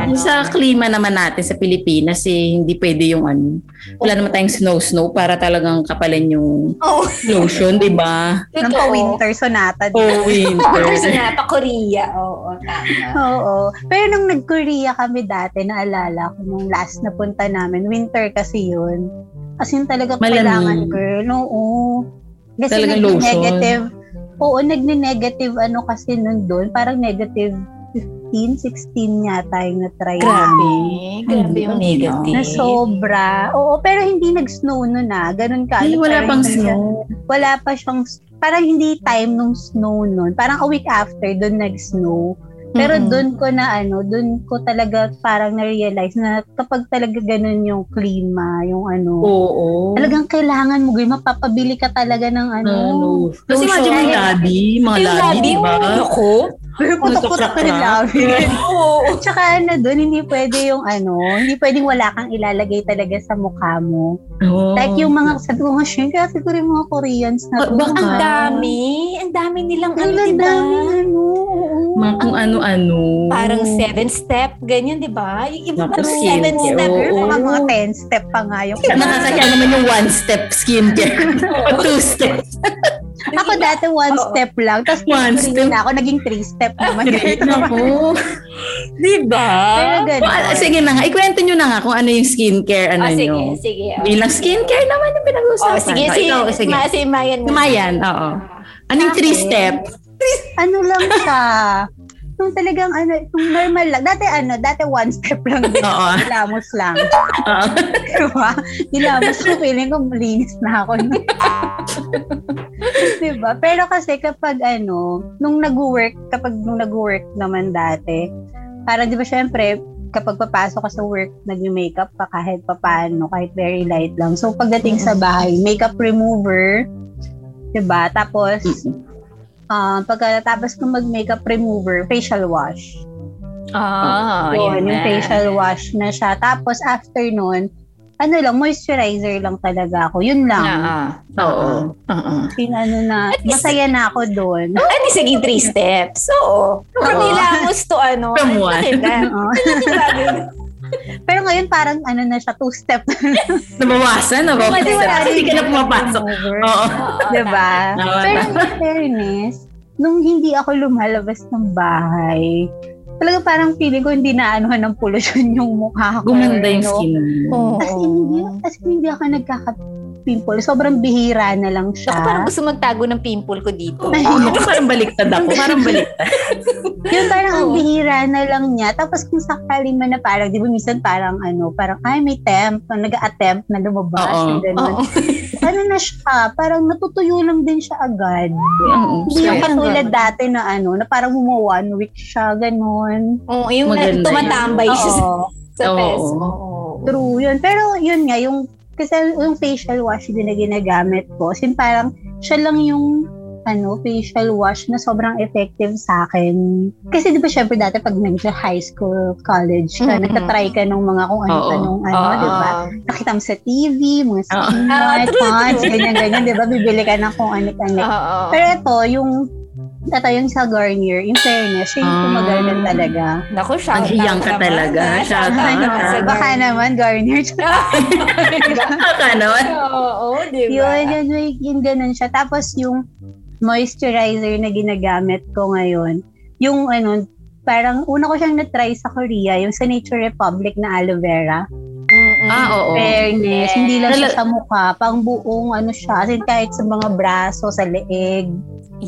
A: ano.
B: Yung sa
A: (laughs)
B: klima naman natin sa Pilipinas, eh, hindi pwede yung ano. Wala naman tayong snow-snow para talagang kapalin yung
A: Oh,
B: lotion, di ba?
C: Nang pa-winter sonata. di ba?
B: Oh,
A: Kasi
B: winter.
A: na, pa-Korea. Oo, tama.
C: Oo. Pero nung nag-Korea kami dati, naalala ko nung last na punta namin, winter kasi yun. As in talaga
B: Malamig.
C: kailangan, girl. Oo. Kasi
B: Talagang lotion.
C: nag-negative. Oo, nag-negative ano kasi nun doon. Parang negative 15, 16 yata yung na-try.
A: Grabe.
C: namin.
A: Grabe yung
B: Hindi,
A: negative.
C: Na sobra. Oo, pero hindi nag-snow nun ah. Ganun ka.
B: Ay,
C: Ano,
B: wala
C: parang
B: pang
C: hindi siya-
B: snow.
C: wala pa siyang, parang hindi time nung snow nun. Parang a week after, doon nag-snow. Pero
A: Mm-mm.
C: doon ko na ano, doon ko talaga parang na-realize na kapag talaga ganun yung klima, yung ano,
B: Oo.
C: talagang kailangan mo, Gay, mapapabili ka talaga ng ano.
B: Ano?
A: Closure.
B: Kasi imagine mo yung labi, mga diba?
A: Yung
B: labi,
A: labi oh.
B: di ba?
A: Ako?
C: Pero putok-putok na yung labi.
A: (laughs) Oo.
C: Tsaka ano, doon hindi pwede yung ano, hindi pwedeng wala kang ilalagay talaga sa mukha mo.
B: Oo.
C: Like yung mga, sabi ko nga, "Shin, kaya siguro yung mga Koreans na
B: Ba- baka-
A: Ang dami. Ang dami nilang ano,
C: Diba? Ang
A: di ba?
C: dami, ano, oo.
B: mga kung ano-ano.
A: Parang seven step, ganyan, di ba? Yung iba
B: Naku,
A: parang
B: skincare.
A: seven step.
B: Oo.
C: Mga mga 10 step pa nga yung
B: Nakakaya naman yung one-step skincare. O two-step.
C: Ako
B: Diba?
C: dati one
A: Oo.
C: step lang. Tapos
B: One
C: one
B: step.
C: na ako, naging three step naman.
B: Ako.
A: Di ba?
C: Pero ganun.
B: Ah, sige na nga. Ikwento nyo na nga kung ano yung skincare, ano
A: Ah, sige,
B: nyo.
A: sige. ah.
B: Bilang skincare naman yung pinag-uusapan.
A: Oh, sige,
B: Oh,
A: sige.
B: Ikaw, sige.
A: Ma, si Mayan.
B: Si Mayan, oo. Anong
C: Sa
B: three
C: akin?
B: step?
C: Ano lang siya. Yung talagang ano, yung normal lang. Dati ano, dati one step lang din. (laughs)
A: (laughs)
B: Oo.
C: Nilamos lang.
B: Oo.
C: Diba? Nilamos ko, feeling ko malinis na ako. (laughs) diba? Pero kasi kapag ano, nung nag-work, kapag nung nag-work naman dati, parang di ba syempre, kapag papasok ka sa work, nag-makeup ka kahit papaano, kahit very light lang. So pagdating sa bahay, makeup remover, di ba? Tapos, ah, pagkatapos ko mag-makeup remover, facial wash.
A: Ah,
C: Yun,
A: yun
C: yung
A: na.
C: facial wash na siya. Tapos after nun, ano lang, moisturizer lang talaga ako. Yun lang.
A: Ah,
B: Oo. Oo.
C: Pinano na,
A: At least-
C: masaya na ako doon.
A: ah. At least naging three steps. Oo. From
C: Oo.
A: nilamos to (laughs) ano.
B: From
A: ang
B: one.
A: laki na.
C: Oo.
A: Grabe. (laughs)
C: Pero ngayon parang ano na siya, two-step. (laughs)
B: Nabawasan, nabawasan.
C: Kasi wala
B: Kasi
C: rin
B: hindi ka na
C: yung
B: pumapasok.
C: hangover.
B: Oo.
A: Oo,
C: Diba?
B: Oh, Tama.
C: Pero in fairness, nung hindi ako lumalabas ng bahay, talaga parang feeling ko hindi na ano ng pollution yung mukha ko. eh,
B: Gumanda yung
C: no?
B: skin mo.
A: Oo.
C: As in, hindi, as in, hindi ako nagkaka-pimple. Sobrang bihira na lang siya.
A: Ako parang gusto magtago ng pimple ko
C: (laughs)
A: dito.
C: Ay,
B: Oo, ako parang baliktad ako. Parang
A: (laughs)
B: baliktad.
C: Yung parang ang
A: Oo.
C: bihira na lang niya. Tapos kung sakali man na parang, di ba minsan parang ano, parang ay may temp, o nag-a-attempt na lumabas.
B: Oo.
C: yung ganun.
A: Oo.
C: Ano na siya, parang natutuyo lang din siya agad.
B: Oo.
C: Hindi yung
A: Kaya-
C: katulad dati na ano, na parang mga one week siya, ganun.
A: Oo, yung na-
B: Maganda yun.
A: tumatambay siya sa-
C: Oo,
A: sa
B: Oo.
A: face. Oo.
C: true yun. Pero yun nga, yung, kasi yung facial wash din na ginagamit ko, sin parang siya lang yung ano, facial wash na sobrang effective sa akin. Kasi di ba syempre dati pag nag-high school, college
A: Mhm.
C: ka, nagtatry ka ng mga kung ano pa
B: Oo.
C: nung ano,
A: Oo.
C: di ba? Nakita mo sa TV, mga
B: Oo.
C: skin
A: (laughs) Ah,
C: white,
A: true,
C: fonts,
A: true.
C: ganyan-ganyan, di ba? Bibili ka ng kung ano-ano.
A: Oo.
C: Pero ito, yung ito yung sa Garnier, in fairness, siya yung
B: Ah.
C: kumaganda talaga.
A: Naku, shout out
B: Naghiyang ka
A: naman.
B: talaga.
A: Ah,
B: Shout
A: out
B: out.
A: naman sa
C: Ano, baka
A: ganun.
C: naman Garnier. (laughs)
B: Baka naman.
A: (laughs) Oo, di ba?
C: Yun, yun, yun, yun, ganun siya. Tapos yung moisturizer na ginagamit ko ngayon, yung ano, parang una ko siyang na-try sa Korea, yung sa Nature Republic na aloe vera.
A: Mm-mm.
B: Ah, oo.
C: Fairness, hindi lang siya
B: Tala-
C: sa mukha, pang buong ano siya, as in kahit sa mga braso, sa leeg.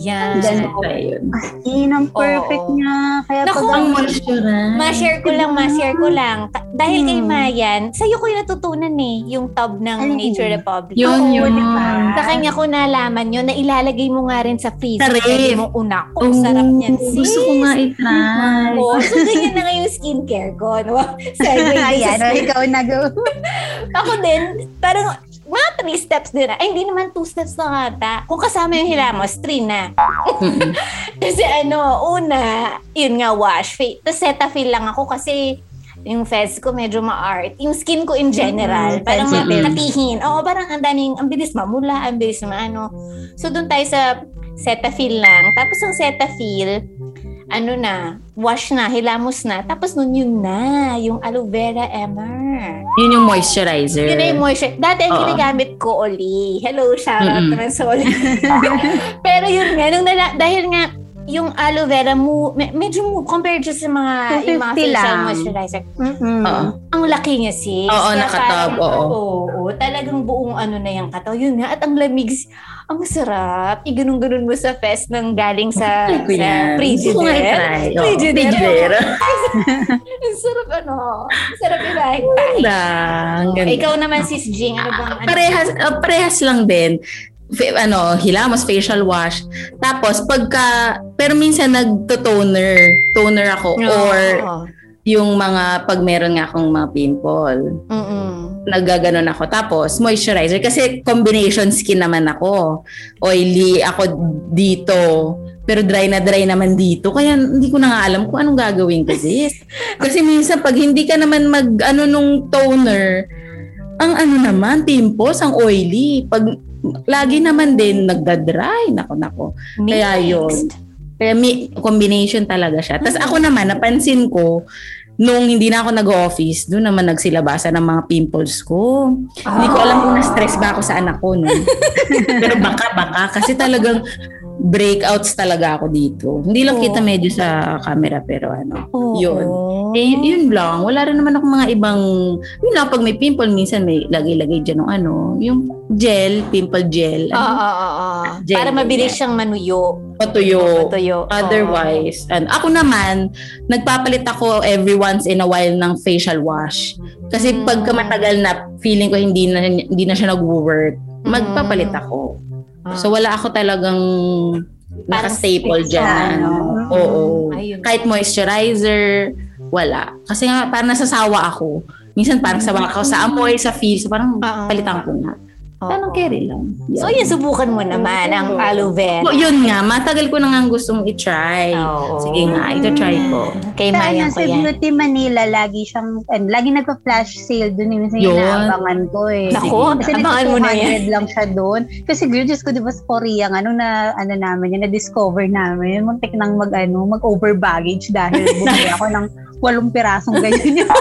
A: Yan.
C: Ganun. As in, ang perfect
A: Oo.
C: niya. Kaya
A: Naku,
C: pag
B: Ang moisturize.
A: Ma-share ko lang, ma-share ko lang. Ka- Dahil kay Mayan, sa'yo ko yung natutunan eh, yung tub ng
C: Alin?
A: Nature Republic.
B: Yun,
C: Oo,
B: yun.
C: diba?
A: Sa kanya ko nalaman yun na ilalagay mo nga rin sa freezer.
B: Sarap.
A: Pwede mong una. Ang
B: Oo,
A: sarap niyan.
B: Gusto ko nga i-try.
A: Oo, so ganyan na nga yung skincare ko. No? (laughs)
B: (laughs)
A: Segue din sa
C: Ayan, ano,
A: skincare.
C: ikaw na
A: (laughs)
C: go.
A: Ako din, parang mga three steps din. ah. Ay, hindi naman two steps na ata. Kung kasama yung hilamos, three na.
B: Mm-mm.
A: (laughs) Kasi ano, una, yun nga, wash. Fa- Tapos Cetaphil lang ako kasi yung fez ko medyo ma-art. Yung skin ko in general,
C: Mm,
A: parang
B: sensitive.
A: natihin. Oo, parang ang daming, ang bilis mamula, ang bilis maano. So, doon tayo sa Cetaphil lang. Tapos ang Cetaphil, ano na, wash na, hilamos na. Tapos nun yun na, yung aloe vera emer.
B: Yun yung moisturizer.
A: Yun na yung moisture. Dati ang
B: Mm. Oo.
A: ginagamit ko, Oli. Hello, shoutout
B: Mm-mm.
A: naman sa Oli. (laughs) Pero yun nga, nung nala- dahil nga, yung aloe vera mo, me- medyo mo, compared just sa mga, yung mga
C: 250
A: facial
C: lang.
A: moisturizer,
C: Mm-mm.
B: Oo.
A: ang laki niya sis.
B: Oo,
A: Kaya
B: nakatab,
A: parang-
B: oo.
A: Oo, oo, talagang buong ano na yung kataw. Yun nga, at ang lamig, ang sarap. Iganong-ganon mo sa fest ng galing sa,
B: Like ko
A: sa
B: yan. Gusto ko nga
A: Frigidaire.
B: i-try. Oo.
A: Frigidaire.
B: Frigidaire.
A: Ang sarap ano, ang sarap ibahing pa.
B: Ang ganda.
A: Ikaw naman, Sis Jing, ano bang ano?
B: parehas ah, parehas lang din. fa- ano, hilamos, facial wash. Tapos, pagka, pero minsan nagto-toner. Toner ako. Or,
A: Oo.
B: yung mga, pag meron nga akong mga pimple,
A: Mm-mm.
B: nagaganon ako. Tapos, moisturizer. Kasi combination skin naman ako. Oily ako dito. Pero dry na dry naman dito. Kaya hindi ko na nga alam kung anong gagawin ko sis. Kasi minsan pag hindi ka naman mag ano nung toner, ang ano naman, pimples, ang oily. Pag lagi naman din nagda-dry. Nako, nako. Kaya yun.
A: Mixed.
B: Kaya may combination talaga siya. Tapos ako naman, napansin ko, nung hindi na ako nag-office, doon naman nagsilabasa ng mga pimples ko. Hindi ko alam kung na-stress ba ako sa anak ko noon. Ah. (laughs) Pero baka, baka. Kasi talagang breakouts talaga ako dito. Hindi lang
A: Oo.
B: kita medyo sa camera pero
A: Ah,
B: ano.
A: Oo.
B: Yun. Eh, yun- yun lang. Wala rin naman ako mga ibang... Yun lang, pag may pimple, minsan may lagay-lagay dyan ng ano. Yung gel, pimple gel.
A: Oo,
B: Ano,
A: oo, oo.
B: Gel.
A: ah, Para mabilis siyang manuyo.
B: patuyo.
A: Matuyo. Oo.
B: Otherwise, and ako naman, nagpapalit ako every once in a while ng facial wash.
A: Mm.
B: Kasi pagka matagal na, feeling ko hindi na, hindi na siya nag-work, magpapalit ako.
A: Mm. Ah.
B: So wala ako talagang naka-staple
A: fix
B: dyan.
C: na,
B: na ano.
C: no?
B: Oo.
A: Ayun.
B: Kahit moisturizer, wala. Kasi nga, parang nasasawa ako. Minsan parang sawa ako sa amoy, sa feel. So parang
A: Ah, ah.
B: palitan ko nga.
A: Oo.
B: Parang carry lang. Yun.
A: So, yun, subukan mo naman ang aloe vera.
B: Oh, yun nga, matagal ko na nga gustong i-try.
A: Oo.
B: Sige nga, ito try ko.
A: Kay
C: Sa ano,
A: Mayan ko
C: sa
A: yan.
C: Beauty Manila, lagi siyang, and, lagi nagpa-flash sale doon. Yung minsan
B: Yun.
C: yung naabangan ko eh.
A: Nako,
C: Kasi
A: abangan mo na yan.
C: 200 lang siya doon. Kasi girl, Diyos ko, di ba sa Korea, nga, nung na, ano namin yun, na-discover namin, yun, muntik nang mag, ano, mag-over baggage
A: (laughs)
C: dahil bumili ako ng walong pirasong ganyan yung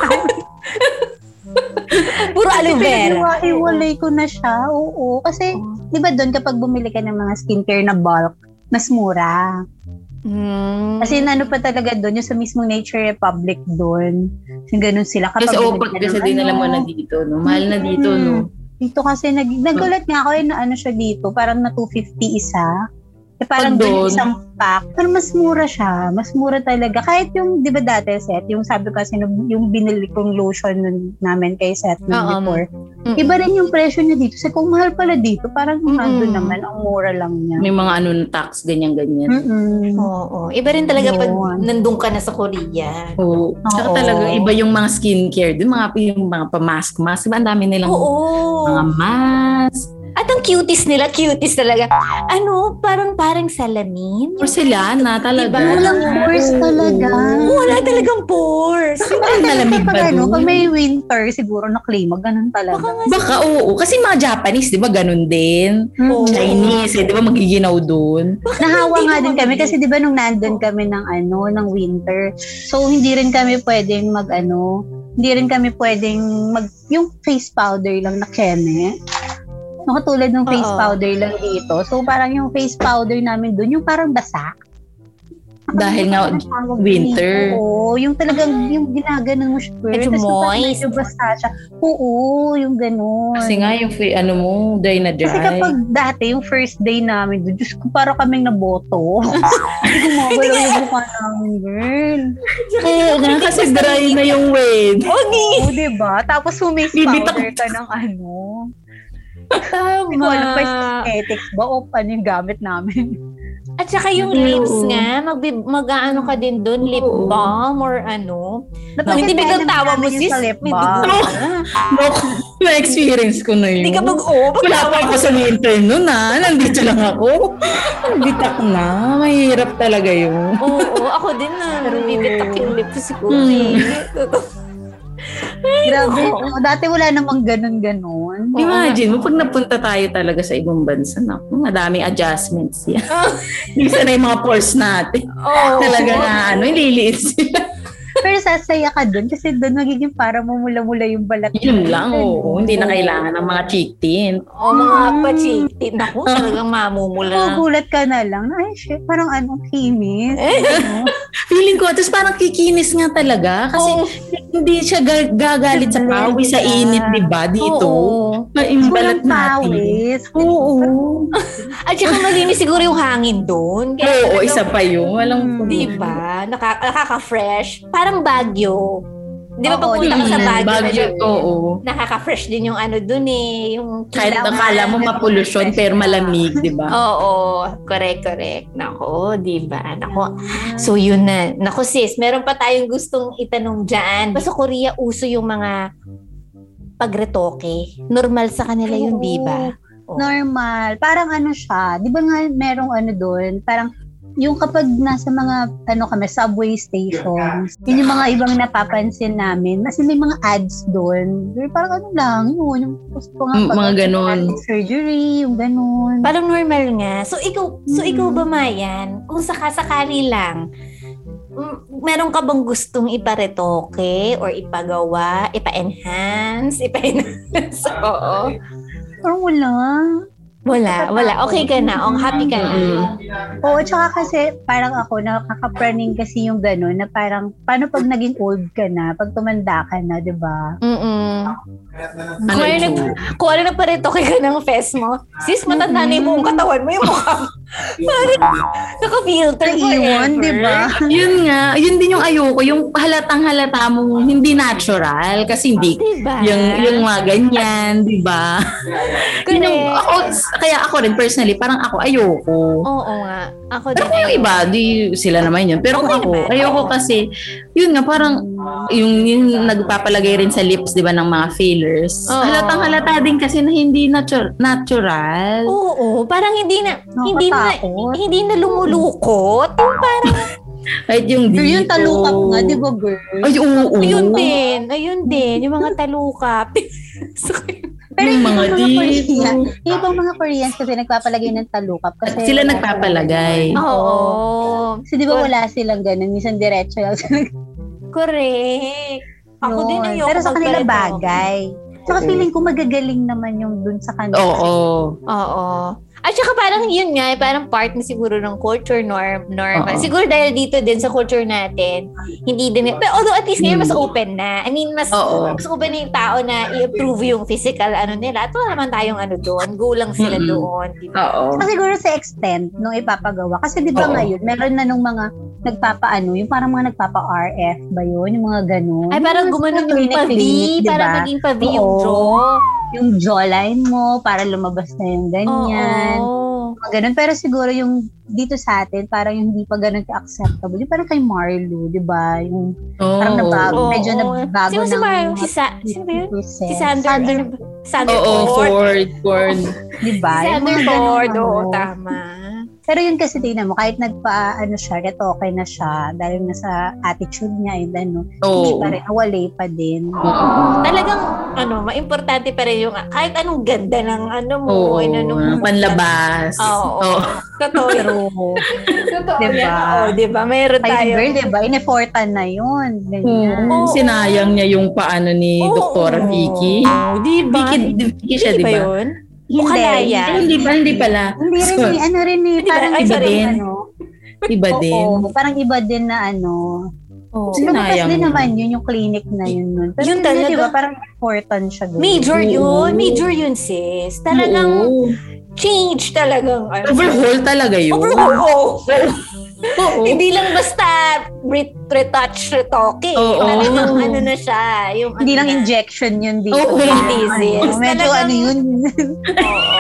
A: Puro (laughs) aloe vera.
C: Iwalay ko na siya, oo. Kasi, di ba doon kapag bumili ka ng mga skincare na bulk, mas mura.
A: Mm.
C: Kasi ano pa talaga doon, yung sa mismong Nature Republic doon. Yung ganun sila.
B: Kasi
C: bumili
B: opat
C: ka Mm-hmm.
B: kasi
C: ng
B: din
C: ano,
B: alam mo na dito, no? Mahal na dito, no?
C: Dito kasi, nag, nagulat nga ako eh, na ano siya dito, parang na 250 isa. Eh, parang
B: Pag
C: doon yung
B: doon-
C: isang pack. Pero mas mura siya. Mas mura talaga. Kahit yung, di ba dati, Seth, yung sabi ko kasi nung- yung binili kong lotion nun, namin kay Seth nung
A: Oo.
C: before.
A: Mm-mm.
C: Iba rin yung presyo niya dito. Sa kung mahal pala dito, parang
A: Mm-mm.
C: nandun naman, ang mura lang niya. Oh.
B: May mga ano na tax, ganyan-ganyan.
C: Mm-mm.
A: Oo. Iba rin talaga pag
C: Yun.
A: nandun ka na sa Korea.
C: Mm-hmm.
B: Oo. Saka
A: Oo.
B: talaga iba yung mga skincare. Yung mga, yung mga pamask mask. Diba ang dami nilang mga
A: Oo.
B: mask?
A: At ang cuties nila, cuties talaga. Ano, parang parang salamin.
B: Porcelana talaga.
A: Diba?
C: Walang pores talaga.
A: Wala talagang pores.
B: Parang malamig
C: Pag
B: pa
C: ano,
B: dun.
C: pag may winter, siguro naklimag, ganun talaga.
A: Baka nga
B: Baka oo. Kasi mga Japanese, di ba ganun din?
A: Oo.
B: Chinese, eh, di ba magiginaw dun?
C: Nahawa
A: Hindi
C: nga
A: na
C: din kami
A: mabili.
C: kasi 'di ba nung nandun kami ng ano, ng winter. So hindi rin kami pwedeng mag ano, hindi rin kami pwedeng mag yung face powder lang na keme. No, katulad ng face
A: Oo.
C: powder lang dito. So parang yung face powder namin doon, yung parang basa.
B: Dahil nga,
C: Ang tawag
B: winter.
C: dito, Oo, yung talagang yung ginaganon mo siya. girl.
A: Medyo
C: Tas yung parang
A: moist.
C: Medyo basa siya. Oo, yung ganun.
B: kasi nga yung fa- ano mo, dry na dry.
C: Kasi kapag dati, yung first day namin, doon, Diyos ko, para kaming naboto. Gumagalaw yung mukha namin, girl.
B: Oo nga, kasi dry na yung wave.
C: Oo, diba? Tapos humis
B: Bibitak.
C: powder ka ng ano. Hindi
A: Tama.
C: ko alam pa aesthetics ba o ano yung gamit namin.
A: At saka yung
B: Mm-hmm. Oo.
A: lips nga, mag, mag-ano ka din doon, lip
B: Oo.
A: balm or ano.
C: Napagkakailan
A: Hindi biglang
C: namin
A: tawa mo,
C: yung
A: sis.
C: sa lip
A: May
C: balm.
A: biglang-
B: No, na-experience ko na yun.
A: Hindi ka mag-o.
B: Wala pa ako sa winter noon ah. Nandito lang ako. Ang bitak na. Mahirap talaga yun.
A: Oo, ako din na. Bibitak yung lips ko.
B: Hmm.
C: Grabe. oo, dati wala namang ganun-ganun.
B: Imagine mo, pag napunta tayo talaga sa ibang bansa na, madaming adjustments yan. (laughs) Minsan na yung mga pores natin.
A: (laughs) Oo.
B: Talaga na, ano, ililiit sila.
C: Pero sasaya ka dun kasi dun magiging para mumula-mula yung balat.
B: Yun lang, oo. Hindi na kailangan ng mga cheek tint.
A: O mga
B: Hmm.
A: pachitin. Naku,
B: Ah.
A: talagang mamumula.
C: Magugulat ka na lang. Ay, shit. Parang ano, kimis.
B: Feeling ko, tapos parang kikinis nga talaga. Kasi
A: Oo.
B: hindi siya ga- gagalit sa pawis, sa init, di ba, dito?
A: Oo.
B: Maimbalat
C: Walang eh.
B: natin.
C: pawis.
B: Oo.
A: At saka malinis siguro yung hangin doon. Kaya talagang-
B: Oo,
A: Diba?
B: isa pa yun. Walang
C: Mm.
A: Di ba? Nakaka- nakaka-fresh. Parang bagyo. Di ba
C: Oo,
A: pag punta ka sa eh.
B: Mm,
A: Baguio,
B: Baguio,
A: medyo
B: oo.
A: nakaka-fresh din yung ano dun eh. Yung
B: Kahit
A: kilaw
B: nakala mo
A: na-
B: mapolusyon pero malamig, diba? di ba?
A: Oo, correct, correct. Nako, di ba? Nako. So, yun na. Nako, sis, meron pa tayong gustong itanong dyan. Sa Korea, uso yung mga pagretoke. Normal sa kanila diba? yun, di ba? Oo.
C: Normal. Parang ano siya, di ba nga merong ano doon, parang yung kapag nasa mga ano kami subway stations, yun yung mga ibang napapansin namin. Kasi may mga ads doon. Pero Parang ano lang, yun, yung gusto nga
B: Mm,
C: pag- ano,
B: mga ganun.
C: Surgery, yung ganun.
A: Parang normal nga. So, ikaw, so
C: Mm.
A: ikaw ba, Mayan, kung sakasakali lang, mm, meron ka bang gustong iparetoke or ipagawa, ipa-enhance, ipa-enhance? (laughs) Oo.
C: Parang wala.
A: Wala, wala. Okay ka na. Oh, happy ka na.
B: Mm.
C: Oo, tsaka kasi parang ako, nakakapraning kasi yung ganun na parang, paano pag naging old ka na, pag tumanda ka na, di ba?
A: Mm-mm.
B: Ano
A: Kung ano,
B: ito?
A: nag- kung ano nagparetoke ka ng fest mo, sis, matanda na yung buong katawan mo, yung mukha mo. (laughs) Parang, naka-filter
C: Pero
A: forever.
C: yun, di ba?
B: Yun nga, yun din yung ayoko, yung halatang halata mong hindi natural kasi hindi
A: Diba?
B: yung yung mga ganyan, 'di ba? Yun yung
A: Correct.
B: ako kaya ako rin personally parang ako ayoko.
A: Oo nga. Ako
C: Ano
B: Pero kung yung iba, di sila naman yun. Pero
A: Okay
B: kung ako,
A: naman.
B: ayoko kasi, yun nga, parang yung, yung nagpapalagay rin sa lips, di ba, ng mga fillers.
A: Oo.
B: Halatang halata din kasi na hindi natu- natural.
A: Oo, parang hindi na, hindi na,
C: Nakakatakot.
A: hindi na lumulukot. Yung parang,
B: Kahit yung dito.
C: Pero yung talukap nga, di ba, girl?
B: Ay, oo.
A: ayun din, ayun din, yung mga
C: (laughs)
A: talukap. So,
C: Pero
B: Yung
C: yung
B: mga
C: mga,
B: dito.
C: Korean, yung ibang mga Koreans kasi nagpapalagay ng talukap kasi
B: Sila nagpapalagay.
A: Oo,
C: Kasi di ba wala silang ganun, minsan diretso lang sila
A: correct. Ako din
C: ganun.
A: ayoko.
C: Pero sa kanila
A: magparetoke.
C: bagay. Tsaka
B: Oo.
C: feeling ko magagaling naman yung dun sa kanila.
B: Oo.
A: Oo.
C: Mm-hmm.
A: At saka parang yun nga, eh, parang part na siguro ng culture norm, normal.
B: Oo.
A: Siguro dahil dito din sa culture natin, hindi din, pero although at least ngayon
C: Mm.
A: mas open na. I mean, mas,
B: Oo.
A: mas open na yung tao na i-approve yung physical ano nila. At wala naman tayong ano doon, gulang sila
B: Mm-mm.
A: doon. Di ba?
B: Oo.
C: Tsaka siguro sa extent nung ipapagawa. Kasi di ba
B: Oo.
C: ngayon, meron na nung mga nagpapaano, yung parang mga nagpapa-RF ba yun? Yung mga ganun.
A: Ay, parang
C: Yung
A: gumanon
C: mga
A: yung
C: clinic- clinic,
A: pavi,
C: di
A: para
C: ba?
A: maging pavi yung
C: Oo.
A: jaw.
C: Yung jawline mo, para lumabas na yung ganyan.
A: Oo.
C: mga ganun. Pero siguro yung dito sa atin, parang yung hindi pa ganun ka-acceptable. Yung parang kay Marlo, di ba? Yung parang
A: Oo.
C: nabago, medyo nabago
A: Sino si
C: ng
A: Mar-
C: mga
A: Si Sa- sino Ano ba yun?
C: princess.
A: Si Sander.
C: Sander,
A: ano ba? Sander
B: Oo,
A: Ford.
B: Ford. Ford.
C: di ba?
A: Si
C: Yung
A: Sander
C: mga ganun,
A: Ford. Oo,
C: ano.
A: tama.
C: Pero yun kasi tingnan mo, kahit nagpa, ano siya, retoke na siya, dahil nga sa attitude niya, and ano, hindi
B: Oo.
C: pa rin, awalay pa din.
A: talagang ano, maimportante pa rin yung kahit anong ganda ng ano mo,
B: Oo.
A: ano nung
B: Panlabas.
A: Oo.
B: Oo.
A: Totoo (laughs) yun.
C: Pero,
A: Totoo
C: Diba?
A: yan. Oo, diba? Mayroon
C: kayo
A: tayo. Mm.
C: girl, di ba, inefortan na yun. Ganyan.
A: Oo.
B: Sinayang niya yung paano ni
A: Oo.
B: Dr. Vicky.
A: Oo, diba?
B: Vicky, Vicky siya, diba?
A: Hindi
B: di
A: ba
B: ba?
A: yun?
C: Hindi.
A: Kalaya.
B: Ay, Hindi ba? Hindi pala.
C: Hindi rin, eh, ano rin eh,
A: Di ba?
C: parang
A: Ay,
C: iba
A: sorry.
C: din, ano.
B: Iba din.
C: Oo, parang iba din na ano,
A: Oo.
B: Sino-
C: Lumabas
B: Sinayang
C: din
B: mo.
C: naman yun, yung clinic na yun. Nun. Pero
A: Yun
C: yun talaga.
A: talaga.
C: Diba, parang important siya. Dun.
A: Major
B: Oo.
A: yun. Major yun, sis. Talagang
B: Oo.
A: change talagang. Ano,
B: Overhaul talaga yun.
A: Overhaul. oo.
B: Oo.
A: Hindi lang basta re- retouch, retoke.
B: Oo.
A: Talagang ano na siya. Yung
C: Hindi
A: ano
C: lang
A: na.
C: injection yun dito.
B: Oo,
A: hindi, sis.
C: Ano, medyo
A: Talagang-
C: ano yun. (laughs)
A: Oo.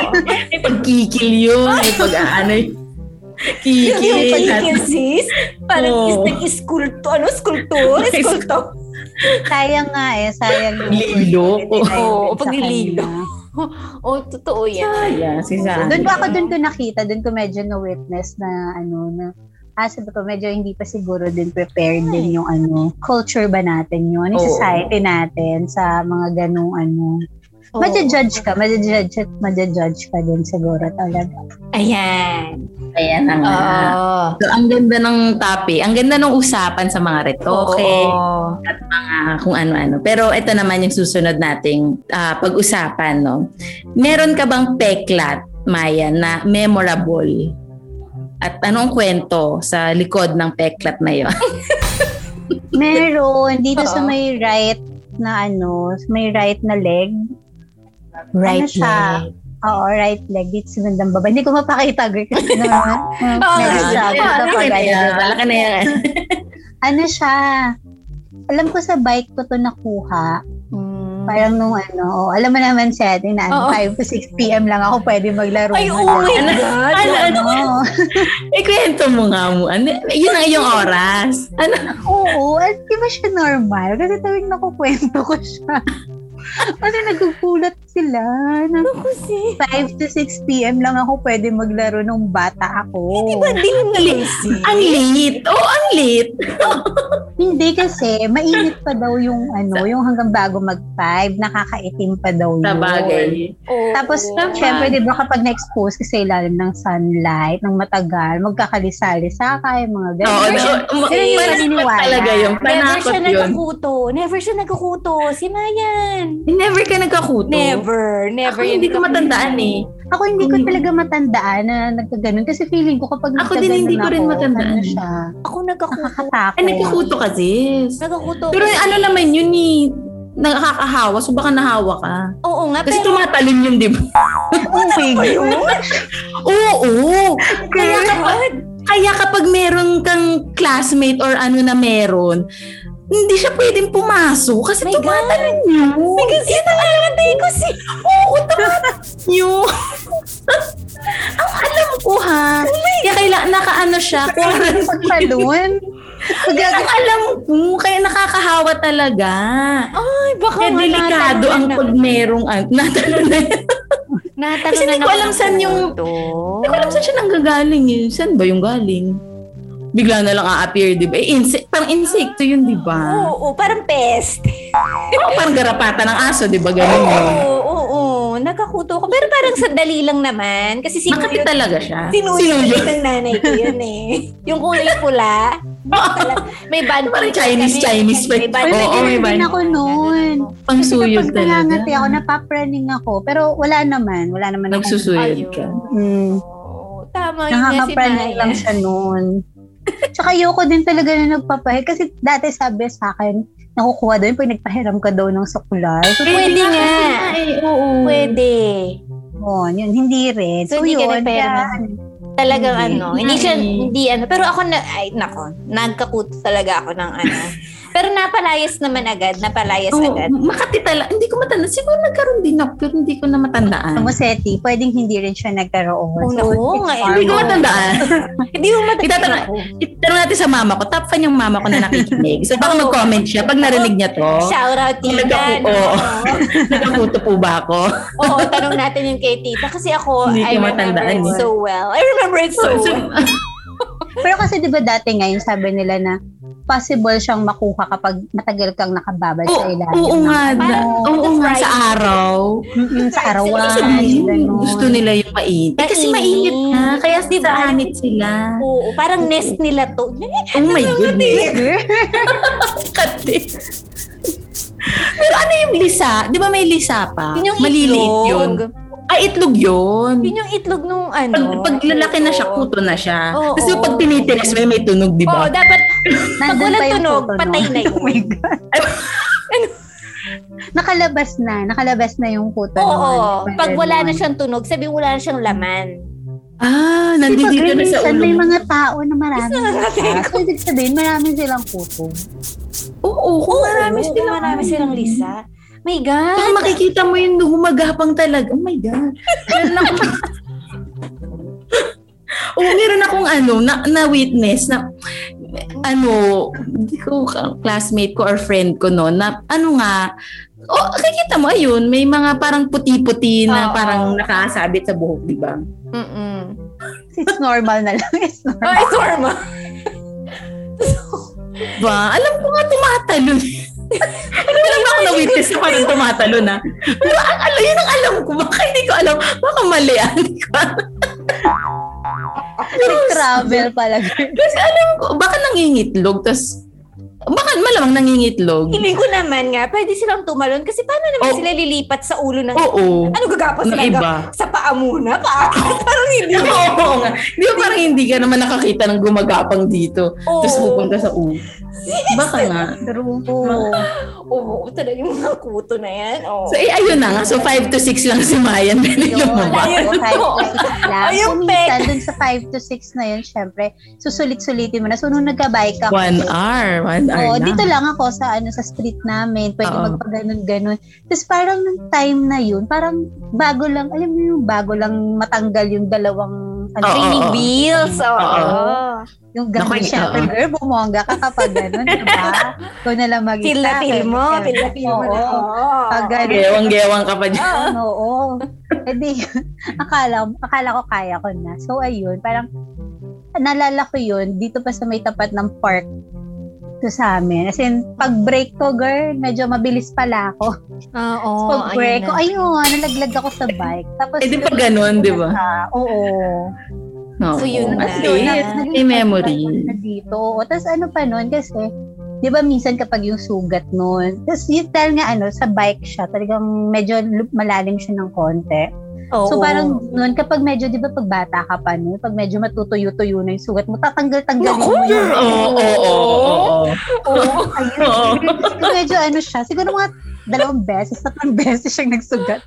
B: May pagkikil yun. May pag-ano
A: (laughs)
B: yun.
A: Yung
B: Kikil.
A: yung pagiging sis, parang
B: Oo.
A: is nag-sculpto, ano,
B: (laughs)
A: sculptor, sculpto.
C: sayang nga eh, sayang. yung
B: Paglilo.
C: opportunity
A: Oo, paglilo.
C: na yun sa kanya.
B: Oh,
A: Oo, totoo yan.
B: Ayan, si Sam.
C: Doon ko ako doon ko nakita, doon ko medyo na-witness na ano, na Ah, sabi ko, medyo hindi pa siguro din prepared din
A: Hmm.
C: yung ano, culture ba natin yun, yung
B: Oo.
C: society natin sa mga ganong ano.
A: Oo.
C: Madja-judge ka, madja-judge, madja-judge ka din siguro talaga.
A: Ayan.
B: Ayan na nga.
A: Oo.
B: So, ang ganda ng topic. Ang ganda ng usapan sa mga retoke.
A: Oo.
B: mga Ah, kung ano-ano. Pero ito naman yung susunod nating ah, pag-usapan, no? Meron ka bang peklat, Maya, na memorable? At anong kwento sa likod ng peklat na yon?
C: Meron. Dito
A: Oo.
C: sa may right na ano, sa may right na leg.
A: Right
C: Ano siya?
A: leg.
C: Oo, right leg. Dito sa bandang baba. Hindi ko mapakita, girl.
A: (laughs)
C: Kasi naman,
A: Oo,
C: (laughs) meron siya.
A: yeah.
C: Dito
B: Malaki
C: pa
B: na yan. (laughs)
C: ganyan.
B: Malaki na yan.
C: Ano siya? alam ko sa bike ko to nakuha.
A: Mm.
C: Parang nung ano, oh, alam mo naman siya, atin na ano,
A: Oo.
C: 5 to 6 p.m. lang ako pwede maglaro.
A: Ay, oh
C: Wala.
A: my God.
B: Ano, ano?
C: Oo.
B: Ikwento mo nga mo. Ano, yun ang iyong oras. Ano?
C: Oo, at di ba siya normal? Kasi tuwing nakukwento ko siya. (laughs) Kasi nagugulat sila. Na
A: Naku, sis.
C: 5 to 6 p.m. lang ako pwede maglaro nung bata ako.
A: Di ba dilim na lang, sis?
B: Ang late. Oo, oh, ang late.
C: Hindi kasi, mainit pa daw yung ano, yung hanggang bago mag-5, nakakaitim pa daw yun.
B: Sabagay.
A: Oo.
C: Tapos, syempre, di ba kapag na-expose kasi ilalim ng sunlight, ng matagal, magkakalisa-lisa ka, yung mga
B: Oo, oo. Ma-
C: ganun. sila yung
B: panakot
C: naniniwala.
B: talaga yun.
A: Never
B: Panakot
A: siya
B: yun.
A: nagkakuto. Never siya nagkakuto. Si Mayan.
B: Never ka nagkakuto.
A: Never. Never.
B: Ako hindi ko matandaan eh.
C: Ako hindi ko talaga matandaan na nagkaganon kasi feeling ko kapag
B: Ako din, hindi ko
C: nagkaganon
B: rin
C: ako,
B: matandaan.
C: Ano siya?
A: Ako nagkakuto.
C: Nakatakot.
B: Ay, nagkakuto ka, sis.
A: Nagkakuto.
B: Pero ano naman yun eh. Nakakahawa. So baka nahawa ka.
A: Oo nga.
B: Kasi
A: pero,
B: tumatalon yun, di ba? Oo.
A: kaya
B: Kaya kapag, kaya kapag meron kang classmate or ano na meron, hindi siya pwedeng pumasok kasi
A: My
B: tumatalon yun. Because yun ang alakatay ko si... Oo, tumatalon yun. (laughs) ang alam ko ha. Kaya kailangan nakaano siya.
C: Pagtalon.
B: Ang alam ko, kaya nakakahawa talaga.
A: Ay, baka
B: Kaya
A: nga
B: delikado ang
A: natanong
B: pag merong an- (laughs) natanong na yun.
A: na. Natanong
B: Kasi
A: na
B: hindi ko alam
A: ng
B: saan yung-
A: kuto.
B: Hindi ko alam saan siya nanggagaling eh. Saan ba yung galing? Bigla na lang a-appear, di ba? Eh, inse- parang insekto yun, di ba?
A: Oo, parang peste.
B: Oo, parang garapata ng aso, di ba? Ganun
A: Oo,
B: yun.
A: oo, oo. Nagkakuto ko. Pero parang sandali lang naman. Kasi
B: Makati
A: sinuyod.
B: talaga siya.
A: Sinuyod ng nanay ko yun eh. Yung kulay pula. Alam, may band
B: Parang Chinese, Chinese pa.
A: May band
B: Oo,
A: Oo,
B: may
A: band
B: band.
C: Ako noon.
B: Pang suyod
C: Kapag nangangati ako,
B: talaga.
C: napapraning ako. Pero wala naman. Wala naman. akong-
B: Nagsusuyod ka.
C: Mm.
A: Oo, Tama yun nga si
C: Nakaka-praning
A: Maya.
C: lang siya noon. Tsaka ayoko din talaga na nagpapahit. Kasi dati sabi sa akin, nakukuha daw yun pag nagpahiram ka daw ng sukulay. So,
A: Pwede nga.
B: Eh, oo.
A: Pwede.
C: yun, yun, hindi rin.
A: So,
C: So,
A: hindi ka
C: yun,
A: nagpahiram
C: kaya,
A: Talagang
C: Hindi.
A: ano. Hindi siya,
B: Hindi.
A: hindi ano. Pero ako na, ay nako, nagkakuto talaga ako ng ano. Pero napalayas naman agad, napalayas
B: Oo,
A: agad.
B: Makati talaga. Hindi ko matanda. Siguro nagkaroon din ako, pero hindi ko na matandaan.
C: ano mo, Seti, pwedeng hindi rin siya nagkaroon.
A: Oh, naku, nga,
C: it's
B: Hindi ko
C: normal.
B: matandaan.
A: Hindi mo
B: Itatanong-
A: matatanong.
B: Itanong natin sa mama ko. Top fan yung mama ko na nakikinig. So baka mag-comment siya pag narinig niya to.
A: Shout out tita.
B: Nagkaku- oo. Nakakuto po ba ako?
A: ano? Oo, tanong natin yung kay tita. Kasi ako,
B: Hindi
A: I
B: ko
A: remember
B: matandaan
A: it
B: yun.
A: so well. I remember it so
B: (laughs) So, so,
A: well.
C: Pero kasi di ba dati nga yung sabi nila na possible siyang makuha kapag matagal kang nakababad
B: oo,
C: sa ilalim.
B: oo
C: ng-
B: nga. na-
A: Parang
B: Oo nga sa
A: Friday.
B: araw.
C: Mm-mm, sa arawan.
A: Sa
B: Ay,
C: ganun.
B: gusto nila yung mainit. Eh, kasi mainit na. Kaya
A: Di ba?
B: sa anit sila.
A: Oo, parang nest nila to.
B: Oh my goodness. Kati. Pero ano yung lisa? Di ba may lisa pa?
A: Yun yung
B: Maliliit
A: itlog.
B: yun. Ay, itlog yun.
A: Yun yung itlog nung
B: Pag,
A: ano.
B: pag lalaki na siya,
A: Oo.
B: kuto diba? na siya.
A: Oo.
B: Kasi pag tinitiris, may may tunog, di
A: Oo,
B: ba?
A: dapat pag
C: Nandun
A: walang
C: pa yung
A: tunog,
C: photo, no?
A: patay
C: (laughs)
A: na yun.
C: Oh my God.
A: (laughs)
C: Nakalabas na. Nakalabas na yung puto.
A: Oo,
C: noon.
A: pag wala na siyang tunog, sabi wala na siyang laman.
B: Ah,
C: Kasi
B: nandito
C: pag
B: na sa
C: release, may
B: ulo.
C: mga tao na marami
A: Isa lang natin.
C: sila. So, ibig sabihin, marami silang puto.
B: Oo, kung marami
A: Oo,
B: silang. ano.
A: marami silang lisa. My
B: Baka
A: God!
B: makikita mo yun, humagapang talaga. Oh my God. Meron akong... (laughs) Oo, meron akong ano, na, na-witness na, ano, hindi ko, classmate ko or friend ko noon, na ano nga, oh, kikita mo, ayun, may mga parang puti-puti
A: Oo.
B: na parang nakasabit sa buhok, di ba?
A: Mm-mm.
C: It's normal na lang. (laughs) It's normal.
A: Oh, it's warm.
B: Ba, alam ko nga
C: (laughs)
B: tumatalon. Alam mo lang ako na-witness na parang tumatalon na. Pero ang alam, yun ang alam ko. Baka hindi ko alam. Baka mali. ah, Hindi ko alam. Pero
C: Travel pala. (laughs)
B: Kasi alam ko, baka nangingitlog. Tapos, baka malamang nangingitlog.
A: Hiling ko naman nga, pwede silang tumalon kasi paano naman
B: Mm. Oh.
A: sila lilipat sa ulo ng...
B: Oo.
A: Ano gagapos
B: Ng
A: sila?
B: iba. (laughs)
A: Sa paa muna? Paa? (laughs) Parang hindi.
B: Oo nga. Di ba parang hindi ka naman nakakita ng gumagapang dito.
A: Oo.
B: Tapos pupunta sa ulo. Baka nga.
C: True.
A: Oo, talaga yung mga kuto na yan. Oo.
B: So, eh, ayun na nga. So, 5 to 6 lang si Mayan. (laughs) Pwede
C: Yun.
B: lumabas.
A: Ayun.
C: Five to six lang.
A: Ayun,
C: Kung minsan, dun sa 5 to 6 na yun, syempre, susulit-sulitin mo na. So, nung nagka-bike ako,
B: One hour. One hour
C: Oo,
B: na.
C: dito lang ako sa ano sa street namin. Pwede
B: Oo.
C: magpaganon-ganon. Tapos parang nung time na yun, parang bago lang, alam mo yung bago lang matanggal yung dalawang ano,
B: Oo,
A: Training
B: oo.
A: wheels. Oo.
B: Oo.
C: yung ganon.
B: Naku,
C: Siyempre,
B: oo.
C: girl, bumongga ka kapag ganon, diba?
B: (laughs)
C: Ikaw na lang mag-isa.
A: Feel na feel mo.
C: Kaya-
A: Feel na feel mo. na,
C: Oo.
A: oo. Ah,
C: Pag ganon.
B: Gewang-gewang ka pa dyan.
C: Oo. Eh
B: (laughs)
C: di, akala, akala ko kaya ko na. So, ayun, parang, nalala ko yun, dito pa sa may tapat ng park to sa amin. As in, pag-break ko, girl, medyo mabilis pala ako.
A: Ah, Oo. ayun
C: pag-break ko,
A: na.
C: ayun, nalaglag ako sa bike. Tapos,
B: Oh, Eh, di pa ganun, di ba?
C: Ah, Oo.
B: Oo.
A: So, yun
B: At
A: na.
B: least,
C: naging
B: may memory.
C: Na dito. O, tapos ano pa nun, kasi, di ba minsan kapag yung sugat nun, tapos yun dahil nga ano, sa bike siya, talagang medyo lu- malalim siya ng konti.
A: Oo.
C: So parang noon kapag medyo 'di ba pag bata ka pa no, pag medyo matutuyo-tuyo na 'yung sugat mo, tatanggal-tanggal
A: Naku, ah.
C: mo. yun.
B: Oo, oo, oo, oo.
C: Oo, ayun.
B: Oo.
C: Siguro medyo ano siya, siguro mga dalawang beses, tatlong (laughs) beses siyang nagsugat.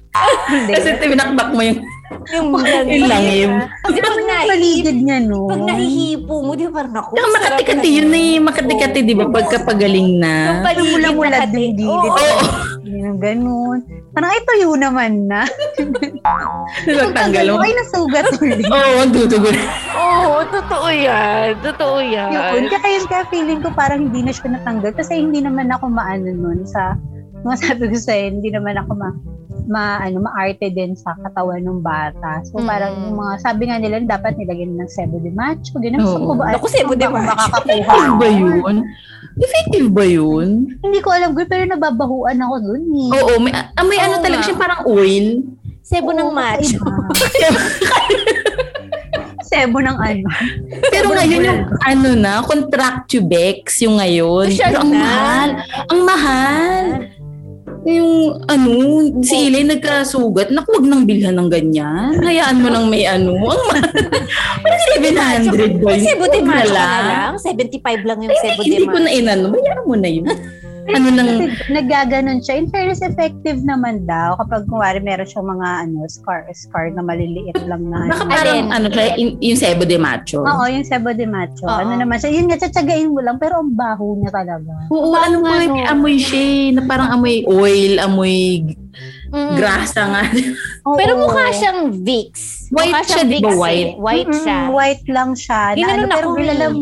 C: Hindi.
B: Kasi tinakbak mo yung
A: (laughs) yung ganun.
B: yung langim.
A: Kasi pag
C: Yung
A: nahihip,
C: paligid niya no.
A: pag nahihipo mo, di ba parang ako?
B: Saka makatikati yun eh. Makatikati, di ba? Pagkapagaling na.
A: Yung paligid
C: Mula-mula
A: nakati-
C: din dito.
A: Oo.
C: Yung ganun. Parang ay tuyo naman na.
B: Diba, tanggal mo.
C: Ay nasugat ulit.
B: Oo, ang dudugo.
A: Oo, totoo yan. Totoo yan.
C: Yun, kaya yun kaya feeling ko parang hindi na siya natanggal kasi hindi naman ako maano nun sa mga (laughs) sabi ko sa'yo, hindi naman ako ma, ma ano, maarte din sa katawan ng bata. So
A: Mm.
C: parang yung mga sabi nga nila dapat nilagyan ng sebo de macho, ganun. So,
B: Oo.
C: ko ba,
A: Naku, sebo de macho. Ano
C: Makakakuha.
B: Effective ba yun? Effective ba yun?
C: Hindi ko alam, girl, pero nababahuan ako dun eh.
B: Oo, may, ah, may ano
A: Oo
B: talaga
A: nga.
B: siya parang oil.
A: Sebo ng macho. (laughs)
C: (laughs) Kakaiba. sebo ng ano.
B: Pero
C: Sobrang
B: ngayon
C: bulag.
B: yung ano na, contractubex yung ngayon.
A: Social
B: Pero ang
A: na.
B: mahal. Ang mahal. Yung ano, si Ilay nagkasugat. Naku, wag nang bilhan ng ganyan. Hayaan mo nang may ano. Ang (laughs) mahal. Parang 700 ba
A: Yung
B: yun?
A: Sebo de
B: Wag na
A: macho ka
B: lang.
A: na lang. 75 lang yung sebo de
B: Eh, Hindi ko
A: macho.
B: na inano. Bayaan mo na yun. Ano
A: Mm.
B: nang...
C: Kasi nagaganon siya. In fairness, effective naman daw kapag kuwari meron siyang mga ano, scar, scar na maliliit lang na.
B: Baka
C: ano.
B: parang
A: Alin?
B: ano siya, in- yung sebo de macho.
C: Oo, yung sebo de macho.
A: Oo.
C: Ano naman siya. Yun nga, tsatsagain mo lang. Pero ang baho niya talaga.
B: Oo, ano nga, may amoy siya eh, na parang amoy oil, amoy Hmm.
A: Mm.
B: grasa nga. (laughs)
C: Oo.
A: Pero mukha siyang Vicks.
B: White
A: mukha
B: siya, di ba,
A: Vicks, eh.
B: white?
A: White
C: Mm-mm,
A: siya.
C: White lang siya. Na,
A: Ginanon
C: ano, pero
A: ako eh.
C: alam,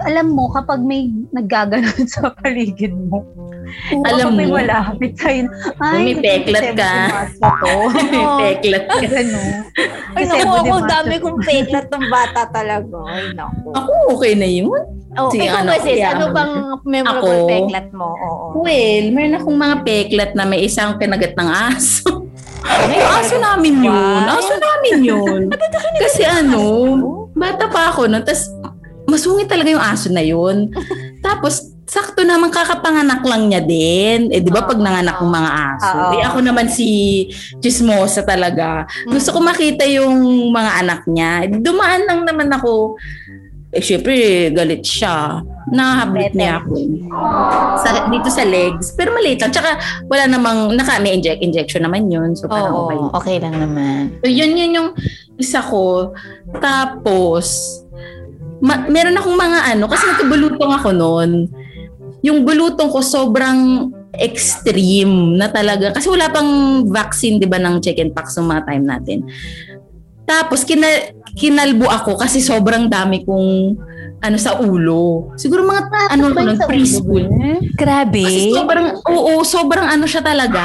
C: alam mo, kapag may naggaganon (laughs) sa paligid mo,
B: Alam
C: kapag may
B: mo.
C: malapit sa'yo,
B: Kung
C: ay,
B: may peklat ka.
C: sebo de macho to. (laughs)
A: Oo.
B: Peklat ka.
C: Ganon.
A: Ay,
C: Sebo
A: naku,
C: de
A: ako
C: macho.
A: dami kong peklat ng bata talaga. Ay, naku.
B: Ako, okay na yun.
A: Oh,
B: Sige,
A: ikaw
B: ano,
A: ba, sis?
B: yeah.
A: Ano bang memorable
B: Ako?
A: peklat mo? Oo.
B: Well, meron akong mga peklat na may isang pinagat ng aso. Ay, ah, aso namin yun.
A: Wow.
B: Aso namin yun. Kasi ano, bata pa ako nun. Tapos, masungit talaga yung aso na yun. Tapos, sakto naman kakapanganak lang niya din. Eh, di ba pag nanganak ng mga aso?
C: Oo.
B: Eh, ako naman si Chismosa talaga. Gusto ko makita yung mga anak niya. Eh, Dumaan lang naman ako. Eh, syempre, galit siya. Nakahablit niya ako. Sa, dito sa legs. Pero maliit lang. Tsaka, wala namang, naka, may inject, injection naman Ano yun. So, parang okay.
A: okay lang naman.
B: So, yun yun yung isa ko. Tapos, ma- meron akong mga ano, kasi nagkabulutong ako noon. Yung bulutong ko sobrang extreme na talaga. Kasi wala pang vaccine, di ba, ng chickenpox noong mga time natin. Tapos, kina- kinalbo ako kasi sobrang dami kong ano sa ulo. Siguro mga ano ko
C: Ano
B: nun,
C: sa ulo, eh.
B: preschool.
C: girl?
A: Grabe.
B: Kasi sobrang, oo, sobrang ano siya talaga.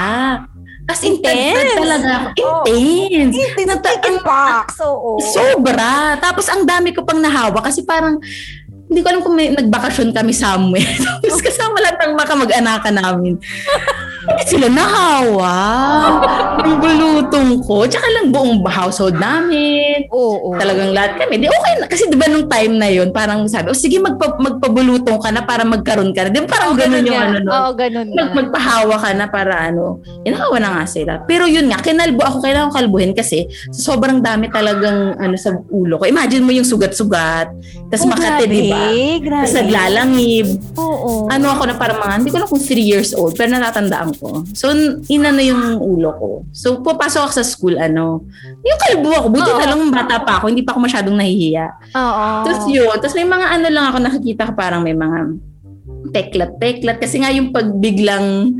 B: As intense
A: Intense.
B: talaga. ako.
A: Oo.
B: Intense. Nata-
A: Chicken pox, oo.
B: Sobra. Tapos ang dami ko pang nahawa kasi parang hindi ko alam kung may nagbakasyon kami somewhere. (laughs) Tapos kasama lang ang mga mag-anakan namin. Bakit sila nahawa? Ang bulutong ko. Tsaka lang buong household namin.
A: Oo.
B: Talagang lahat kami. Di okay na. Kasi di ba nung time na yun, parang sabi, o sige magpa- magpabulutong ka na para magkaroon ka na. Di ba parang ganun yung
A: nga.
B: ano nun?
A: Oo, ganun nga.
B: Mag, magpahawa ka na para ano, inahawa na nga sila. Pero yun nga, kinalbo ako, kailangan ko kalbuhin kasi sobrang dami talagang ano sa ulo ko. Imagine mo yung sugat-sugat, tas
A: Oh,
B: makate,
A: grabe,
B: di ba?
C: Eh,
A: Grabe.
B: Tapos naglalangib.
A: Oo.
B: Ano ako na parang mga, hindi ko na kung 3 years old, pero natatandaan ko. So, n- inano yung ulo ko. So, papasok ako sa school, ano, yung kalbo ako, buti
A: Oo.
B: na lang bata pa ako, hindi pa ako masyadong nahihiya.
A: Oo.
C: Oh.
B: Tapos yun, tapos may mga ano lang ako nakikita ko parang may mga teklat-teklat. Kasi nga yung pagbiglang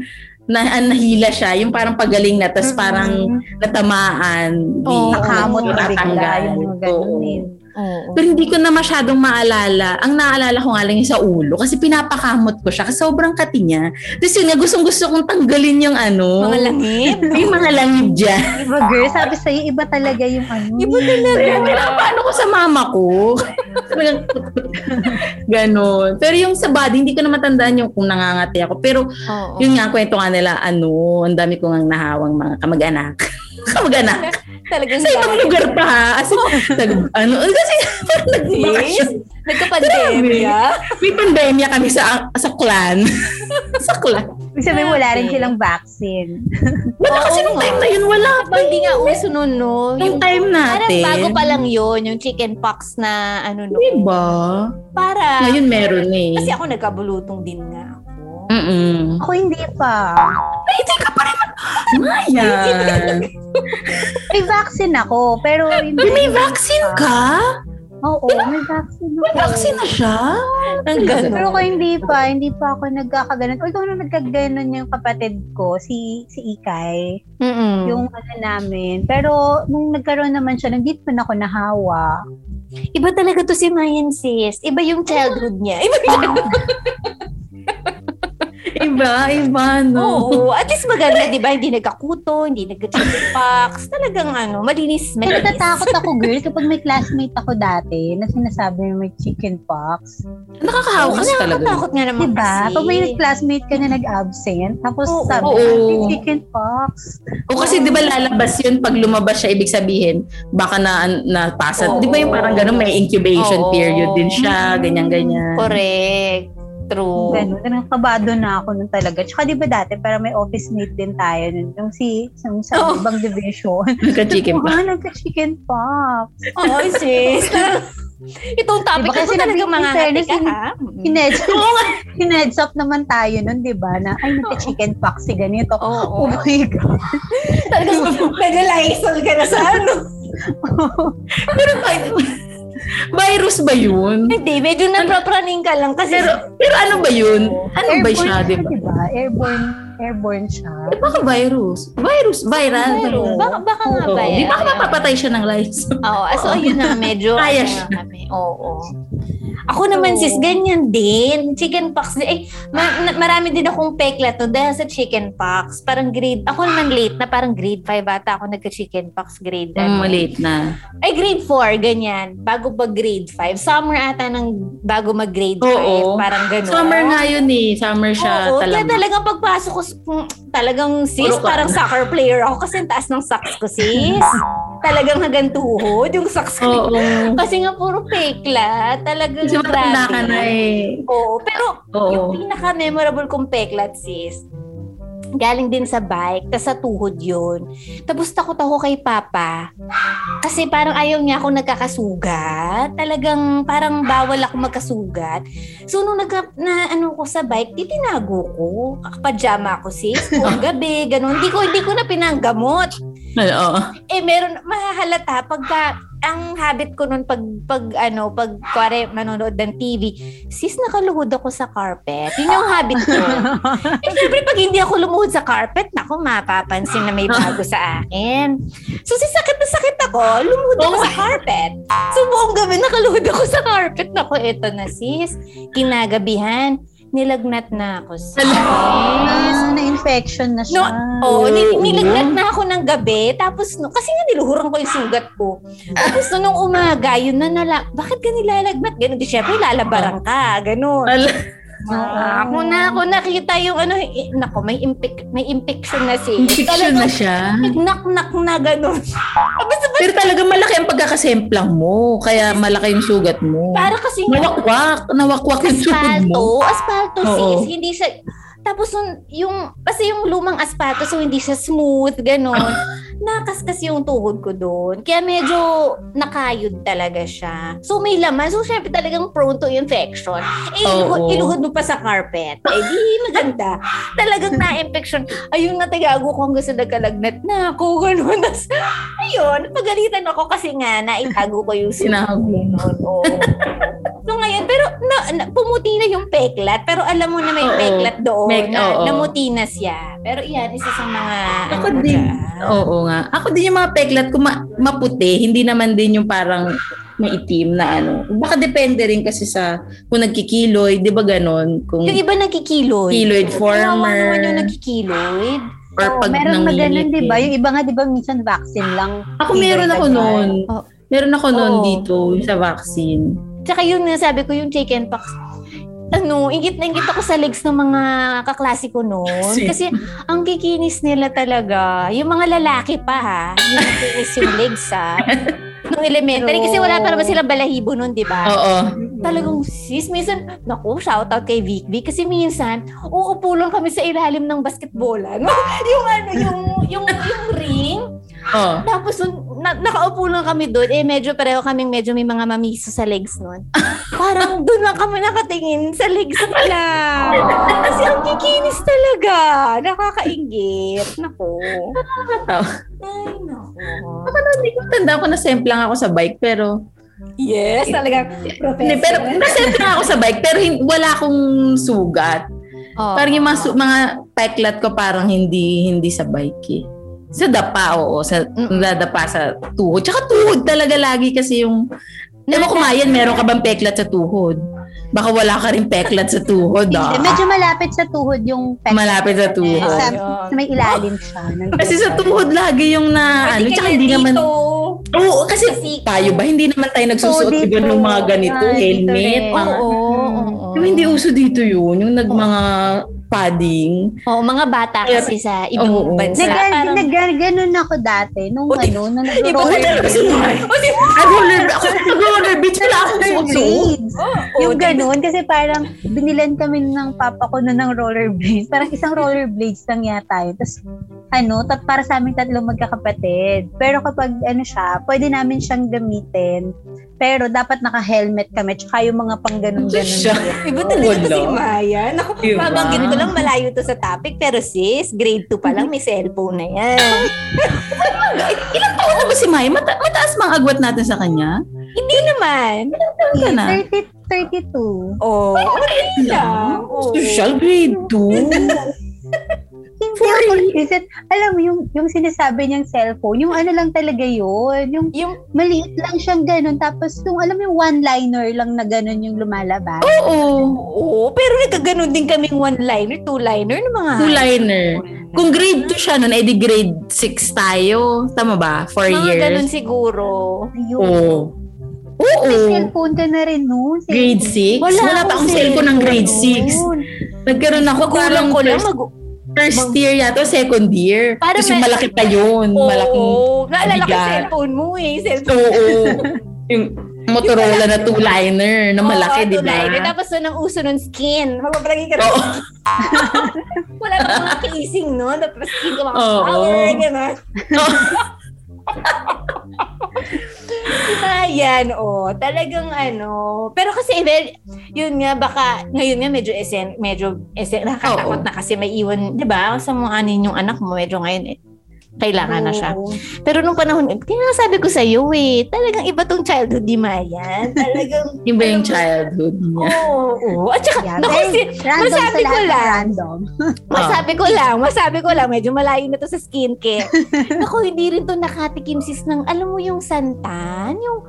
B: na ah, nahila siya, yung parang pagaling na, tas parang natamaan. di-
A: Oo.
C: Mm-hmm. nakamot na bigla
B: natatanggal.
C: yung mga ganun
B: Oo.
C: eh.
A: Oo.
B: Pero hindi ko na masyadong maalala. Ang naalala ko nga lang yung sa ulo kasi pinapakamot ko siya kasi sobrang kati niya. Tapos yun nga, gustong-gusto kong tanggalin yung ano.
A: Mga langit.
B: Yung mga langib dyan.
C: Iba girl, sabi sa'yo, iba talaga yung ano.
A: Iba talaga.
B: Kaya pinapaano ko sa mama
A: (laughs)
B: ko. Talagang Ganon. Pero yung sa body, hindi ko na matandaan yung kung nangangati ako. Pero
A: Oo.
B: yun nga, kwento nga nila, ano, ang dami ko ngang nahawang mga kamag-anak. (laughs) kamag-anak.
A: Talagang
B: Sa ibang
A: dahil.
B: lugar pa ha. As in,
A: Oh.
B: nag- ano, kasi parang
A: Yes.
B: nag-vacation.
A: Nagka-pandemya.
B: May pandemya kami sa sa clan. (laughs) sa clan.
C: Ibig sabihin, wala rin silang vaccine.
B: Wala
A: Oo
B: kasi nung
A: nga.
B: time na yun, wala.
A: Diba, hindi nga uso nun, no?
B: Yung time
A: Parang
B: natin.
A: bago pa lang yun, yung chicken pox na ano no.
B: Diba?
A: Para.
B: Ngayon meron eh.
A: Kasi ako nagkabulutong din nga ako.
B: Mm-mm.
C: Ako hindi pa.
B: Ay, hindi ka pa rin. Mayan.
C: May vaccine ako, pero hindi.
B: Ay, may vaccine ka?
C: Oo, may vaccine ako.
B: May vaccine na siya?
A: Ang
B: Talaga?
A: gano'n.
C: Pero ko hindi pa, hindi pa ako nagkakaganon. Although nung nagkaganon yung kapatid ko, si si Ikay,
A: Mm-mm.
B: Hmm.
C: yung ano namin. Pero nung nagkaroon naman siya, nandito na ako nahawa.
A: Iba talaga to si Mayan sis. Iba yung childhood niya. Iba yung...
B: Iba, iba, no?
A: Oo. At least maganda, di ba? Hindi nagkakuto, hindi nagka-chicken pox. Talagang ano, malinis,
C: Pero
A: malinis.
C: natatakot ako, girl, kapag may classmate ako dati na sinasabi may chicken pox.
B: Nakakahawa kasi talaga.
A: Nakakatakot nga naman
C: Diba?
A: kasi.
C: Pag may classmate ka na nag-absent, tapos
A: Oo.
C: sabi,
B: Oo.
C: "Ay, may chicken pox.
B: O kasi di ba lalabas yun, pag lumabas siya, ibig sabihin, baka na napasa.
A: Oo.
B: Di ba yung parang gano'n, may
A: Oo.
B: incubation period din siya,
C: Mm.
B: ganyan-ganyan. (laughs)
A: Correct. True.
C: Ganun, ganun, kabado na ako nun talaga. Tsaka di ba dati, para may office mate din tayo nun, yung si, yung sa
A: Oo.
C: ibang
B: (laughs)
C: division.
B: Nagka-chicken pa.
C: Ah, nagka-chicken pox.
A: (laughs) (laughs) Oo, sis. (laughs) Itong topic
C: Diba
A: ito
C: kasi
A: talaga
C: nabi-
A: mga
C: in fairness,
A: ka,
C: in-
A: ha? Mm.
C: Hinedge, hinedge up naman tayo nun, di ba? Na, ay, nagka-chicken pox si ganito.
A: Oo.
C: (laughs) Oh my God.
A: (laughs) Talagang nag-lysol ka na sa ano.
B: Virus ba yun?
A: Hindi, medyo naprapraning ka lang kasi.
B: Pero, pero ano ba yun? Ano ba
C: Airborne
B: siya, di ba?
C: diba? Airborne, airborne siya.
B: Eh, baka virus. Virus, viral.
A: Virus. Baka, baka nga
B: Oo.
A: ba
B: Di
A: yan?
B: baka mapapatay siya ng (laughs) lights.
A: Oo, ah, so
B: Oo.
A: ayun na, medyo
B: (laughs) Kaya
A: ano
B: siya.
A: na kami. Oo. Ako naman
C: Oo.
A: sis, ganyan din. Chicken pox. din. Eh, ma- na- marami din akong pekla to dahil sa chicken pox. Parang grade, ako naman late na parang grade 5 ata ako nagka-chicken pox grade.
B: Mm,
A: ano.
B: late na.
A: Ay, grade 4, ganyan. Bago ba grade 5? Summer ata ng bago mag-grade 5.
B: Oo.
A: Parang ganun.
B: Summer nga yun eh. Summer siya
A: Oo, kaya
B: talaga.
A: talagang pagpasok ko, mm, talagang sis,
B: Puro ka.
A: parang soccer player ako kasi ang taas ng socks ko, sis.
B: (laughs)
A: talagang hanggang tuhod yung socks ko.
B: Oo.
A: Kasi nga puro fake la. Talagang
B: Kasi matanda ka na eh.
A: Oo, pero yung
B: Oo.
A: pinaka-memorable kong peklat sis, galing din sa bike, tas sa tuhod yun. Tapos takot ako kay Papa. Kasi parang ayaw niya ako nagkakasugat. Talagang parang bawal ako magkasugat. So nung nagka, na ano ko sa bike, titinago ko. Pajama ko sis,
B: (laughs)
A: buong gabi, ganun. Hindi ko, hindi ko na pinanggamot
B: Oo.
A: eh meron mahahalata pagka ang habit ko noon pag pag ano pag kuwari manonood ng TV sis nakaluhod ako sa carpet yun yung habit ko eh syempre pag hindi ako lumuhod sa carpet nako mapapansin na may bago sa akin so sis sakit na sakit ako lumuhod ako
B: Oh
A: sa carpet so buong gabi nakaluhod ako sa carpet nako eto na sis kinagabihan nilagnat na ako sis
C: Ah, na-infection na siya.
A: Oo, nil- nilagnat na ako ng gabi. Tapos, no, kasi nga niluhuran ko yung sugat ko. Tapos, no, nung umaga, yun na nala, bakit ka nilalagnat? Ganun, di syempre, lalabaran ka. Ganun.
B: Al-
A: Ah, ako na, ako nakita yung ano, eh, nako, may, impik- may infection na si.
B: Infection na siya.
A: Nagnak-nak na ganun.
B: Pero talaga malaki ang pagkakasemplang mo. Kaya malaki yung sugat mo.
A: Para kasi nga,
B: Nawakwak. Nawakwak yung sugat mo.
A: Aspalto, aspalto
B: Oo.
A: sis, hindi siya tapos nun, yung kasi yung lumang aspalto so hindi siya smooth
B: (laughs)
A: ganun. Nakaskas yung tuhod ko doon. Kaya medyo nakayod talaga siya. So may laman. So syempre talagang prone to infection. Eh, iluhod,
B: Oo.
A: iluhod mo pa sa carpet. Eh di maganda. Talagang na-infection. Ayun na tigago ko hanggang sa nagkalagnat na ako. (laughs) Ganun. Tas, ayun, pagalitan ako kasi nga naitago ko yung
B: Sinago.
A: Oo. (laughs) So ngayon, pero na, na, pumuti na yung peklat. Pero alam mo na may
B: Oo.
A: peklat doon.
B: May-
A: na,
B: oo.
A: Namuti na siya. Pero iyan, isa sa mga...
B: Ako
A: ano
B: din.
A: dyan.
B: Oo nga. Ako din yung mga peklat ko ma- maputi, hindi naman din yung parang maitim na ano. Baka depende rin kasi sa kung nagkikiloy, 'di ba ganon? Kung
A: Yung iba nagkikiloid.
B: Kiloid former.
A: Kawawa naman yung nagkikiloid.
B: or
C: Oo,
B: pag
C: meron na ganun,
B: nangingitim.
C: di ba? Yung iba nga, di ba, minsan vaccine lang.
B: Ako meron ako noon.
A: Oo.
B: Meron ako noon
A: Oo.
B: dito yung sa vaccine.
A: Tsaka yung nasabi ko, yung chicken pox. Ano, ingit na ingit ako sa legs ng mga kaklase ko noon.
B: Same.
A: Kasi ang kikinis nila talaga, yung mga lalaki pa ha, yung kikinis yung legs
B: (laughs)
A: ha. Nung elementary, kasi wala pa naman sila balahibo noon, di ba?
B: Oo.
A: Talagang sis, minsan, naku, shoutout kay Vic Vic kasi minsan, uupo lang kami sa ilalim ng basketbola. No? (laughs) yung ano, yung, yung, yung ring,
B: Oo.
A: tapos, nun, na, nakaupo lang kami doon. Eh, medyo pareho kaming medyo may mga mamiso sa legs
B: (laughs)
A: noon. Parang doon lang kami nakatingin sa legs nila. Kasi ang kikinis talaga. Nakakaingit. Nako.
B: Tao.
A: Ay, nako.
B: Ano, hindi ko tanda ko na lang ako sa bike pero
A: Yes, talaga.
B: hindi, pero nasemp lang ako sa bike pero hin- wala akong sugat.
A: Oh.
B: Parang yung mga, su- mga peklat ko parang hindi hindi sa bike eh. Sa dapa, oo. Sa, nadapa sa tuhod. Tsaka tuhod talaga lagi kasi yung... Ewan ko Mayan, meron ka bang peklat sa tuhod? Baka wala ka rin peklat sa tuhod,
C: Hindi,
B: ah.
C: medyo malapit sa tuhod yung peklat.
B: Malapit sa tuhod.
C: Sa,
A: Ayun.
C: sa may ilalim
B: (laughs)
C: siya. ng
B: Kasi sa tuhod lagi yung na... ano, tsaka hindi naman... Oo, kasi tayo ba? Hindi naman tayo nagsusuot
C: Oo,
B: diba
C: dito.
B: ng mga ganito,
C: Ay, dito
B: helmet,
C: rin.
B: mga...
A: Oo, oo, oo.
B: Yung hindi uso dito yun, yung nag mga padding.
A: Oo, mga bata kasi sa ibang
B: Oo, oo.
A: bansa.
C: Nag-
A: parang-
C: nag- ganun ako dati. Nung
B: O, di-
C: ano, nung
B: Iba na
C: nag-roller (laughs)
B: talaga si Mar. Ako roller, ako roller beach wala akong suot-suot.
C: blades.
A: Oh,
B: Oh,
C: Yung ganun, kasi parang binilan kami ng papa ko na ng roller blades. Parang isang roller blades lang yata yun. Tapos, ano, tat para sa aming tatlong magkakapatid. Pero kapag ano siya, pwede namin siyang gamitin. Pero dapat naka-helmet kami. Tsaka yung mga pang ganun-ganun.
B: Siya.
A: Iba talaga to
B: Wala.
A: si Maya. Naku,
B: Diba?
A: babanggit ko lang malayo to sa topic. Pero sis, grade 2 pa lang, may cellphone na yan. (laughs) Ano
B: Ilang taon na ba si Maya? Mata- mataas bang agwat natin sa kanya?
A: Hindi naman.
B: Ano na?
C: 30, 32.
A: Oh, hindi lang. Oo.
B: Social grade 2.
C: Hindi ako isip. Alam mo, yung, yung sinasabi niyang cellphone, yung ano lang talaga yun. Yung
A: Yung,
C: maliit lang siyang ganun. Tapos yung, alam mo, yung one-liner lang na ganun yung lumalabas.
B: Oo.
A: oo, pero nagkaganon din kaming one-liner, two-liner ng mga...
B: Two-liner. Kung grade 2 siya nun, edi grade 6 tayo. Tama ba? 4
A: Mga ganun
B: years.
A: siguro.
C: Ayun.
B: Oo.
C: May
B: Oo.
C: cellphone ka na rin noon.
B: Grade 6? Wala, pa akong cellphone ng grade 6. Nagkaroon ako
A: Kulang
B: kulang
A: ko lang
B: first,
A: mag...
B: first year yata, o second year.
A: Para
B: Tapos yung
A: may-
B: malaki pa yun.
A: Oo,
B: Malaking
A: naalala ko yung
B: bigat.
A: cellphone mo eh. Cellphone.
B: Oo. yung Motorola na two-liner na malaki,
A: Oo,
B: di ba?
A: two-liner. Tapos nun ang uso nun, skin. Magpapalagay ka
B: Oo.
A: (laughs) Wala pa mga casing, no? Tapos skin ka mga
B: Oo.
A: power, gano'n.
B: (laughs)
A: Ayan, o. Talagang ano. Pero kasi, well, yun nga, baka, ngayon nga, medyo esen, medyo esen, nakakatakot
B: Oo.
A: na kasi may iwan, di ba? Sa mga anin yung anak mo, medyo ngayon, eh, kailangan na siya. Pero nung panahon, kaya nga sabi ko sa'yo, eh, talagang iba tong childhood ni Mayan.
B: (laughs)
A: Talagang,
B: Yung ba yung childhood niya?
A: oo, oo. At saka,
C: Yeah,
A: naku,
C: very
A: si,
C: Random sa
A: Masabi
C: lahat
A: ko
C: ng
A: lang.
C: Random.
A: Masabi ko lang, masabi ko lang, medyo malayo na to sa
B: (laughs)
A: skincare. Ako, hindi rin to nakatikim sis ng, alam mo yung santan? Yung,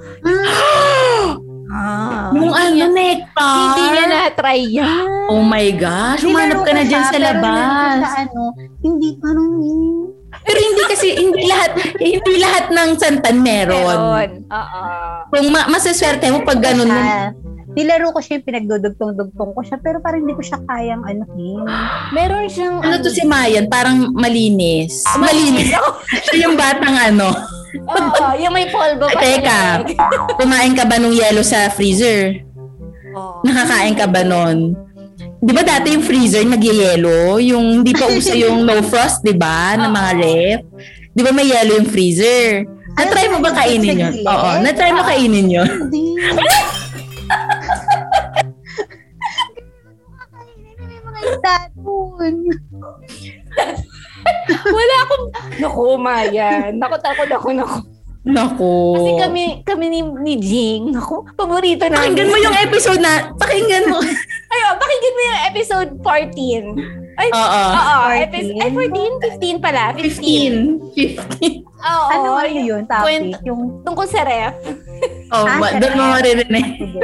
A: ah,
B: Yung ano, nectar?
A: hindi niya na-try yan.
B: Oh my gosh, humanap
C: Ah, Nilaro
B: ka na
C: siya,
B: dyan sa
C: pero nandun
B: labas.
C: Sa ano, hindi, parang, mm,
B: Pero hindi kasi, hindi lahat, hindi lahat ng santan meron.
A: Meron. Oo.
B: Kung ma- masaswerte mo pag ganun,
C: siya. Nilaro ko siya yung pinagdudugtong-dugtong ko siya, pero parang hindi ko siya kayang ano.
A: Meron siyang...
B: ano to si Mayan, parang malinis. Malinis. Siya yung batang ano,
A: (laughs) Oo, yung may polvo pa.
B: Teka. kumain ka ba nung yelo sa freezer?
A: Oo.
B: Nakakain ka ba nun? Di ba dati yung freezer nagyayelo? Yung hindi pa uso yung no frost, di ba? Na mga
A: Oo.
B: ref. Di ba may yelo yung freezer? Na-try mo ba kainin yun?
C: saglit?
B: Oo, na-try mo kainin yun.
C: Hindi. May mga itatun.
A: Wala akong... Naku, Maya. Nakot ako, naku, naku.
B: Naku.
A: Kasi kami, kami ni, ni Jing, ako, paborito namin.
B: Pakinggan mo yung episode na, pakinggan mo.
A: Ayun, pakinggan mo yung episode 14. Ay,
B: (laughs) Oo.
A: oo,
C: 14.
A: episode, ay 14, 15 pala, 15.
B: 15. 15.
A: Oo,
C: ano ano yun topic?
A: Kwent-
C: Yung,
A: Tungkol sa ref,
B: Oh,
C: Ah,
B: ba, doon mo
C: sarap.
B: maririnig.
C: sige.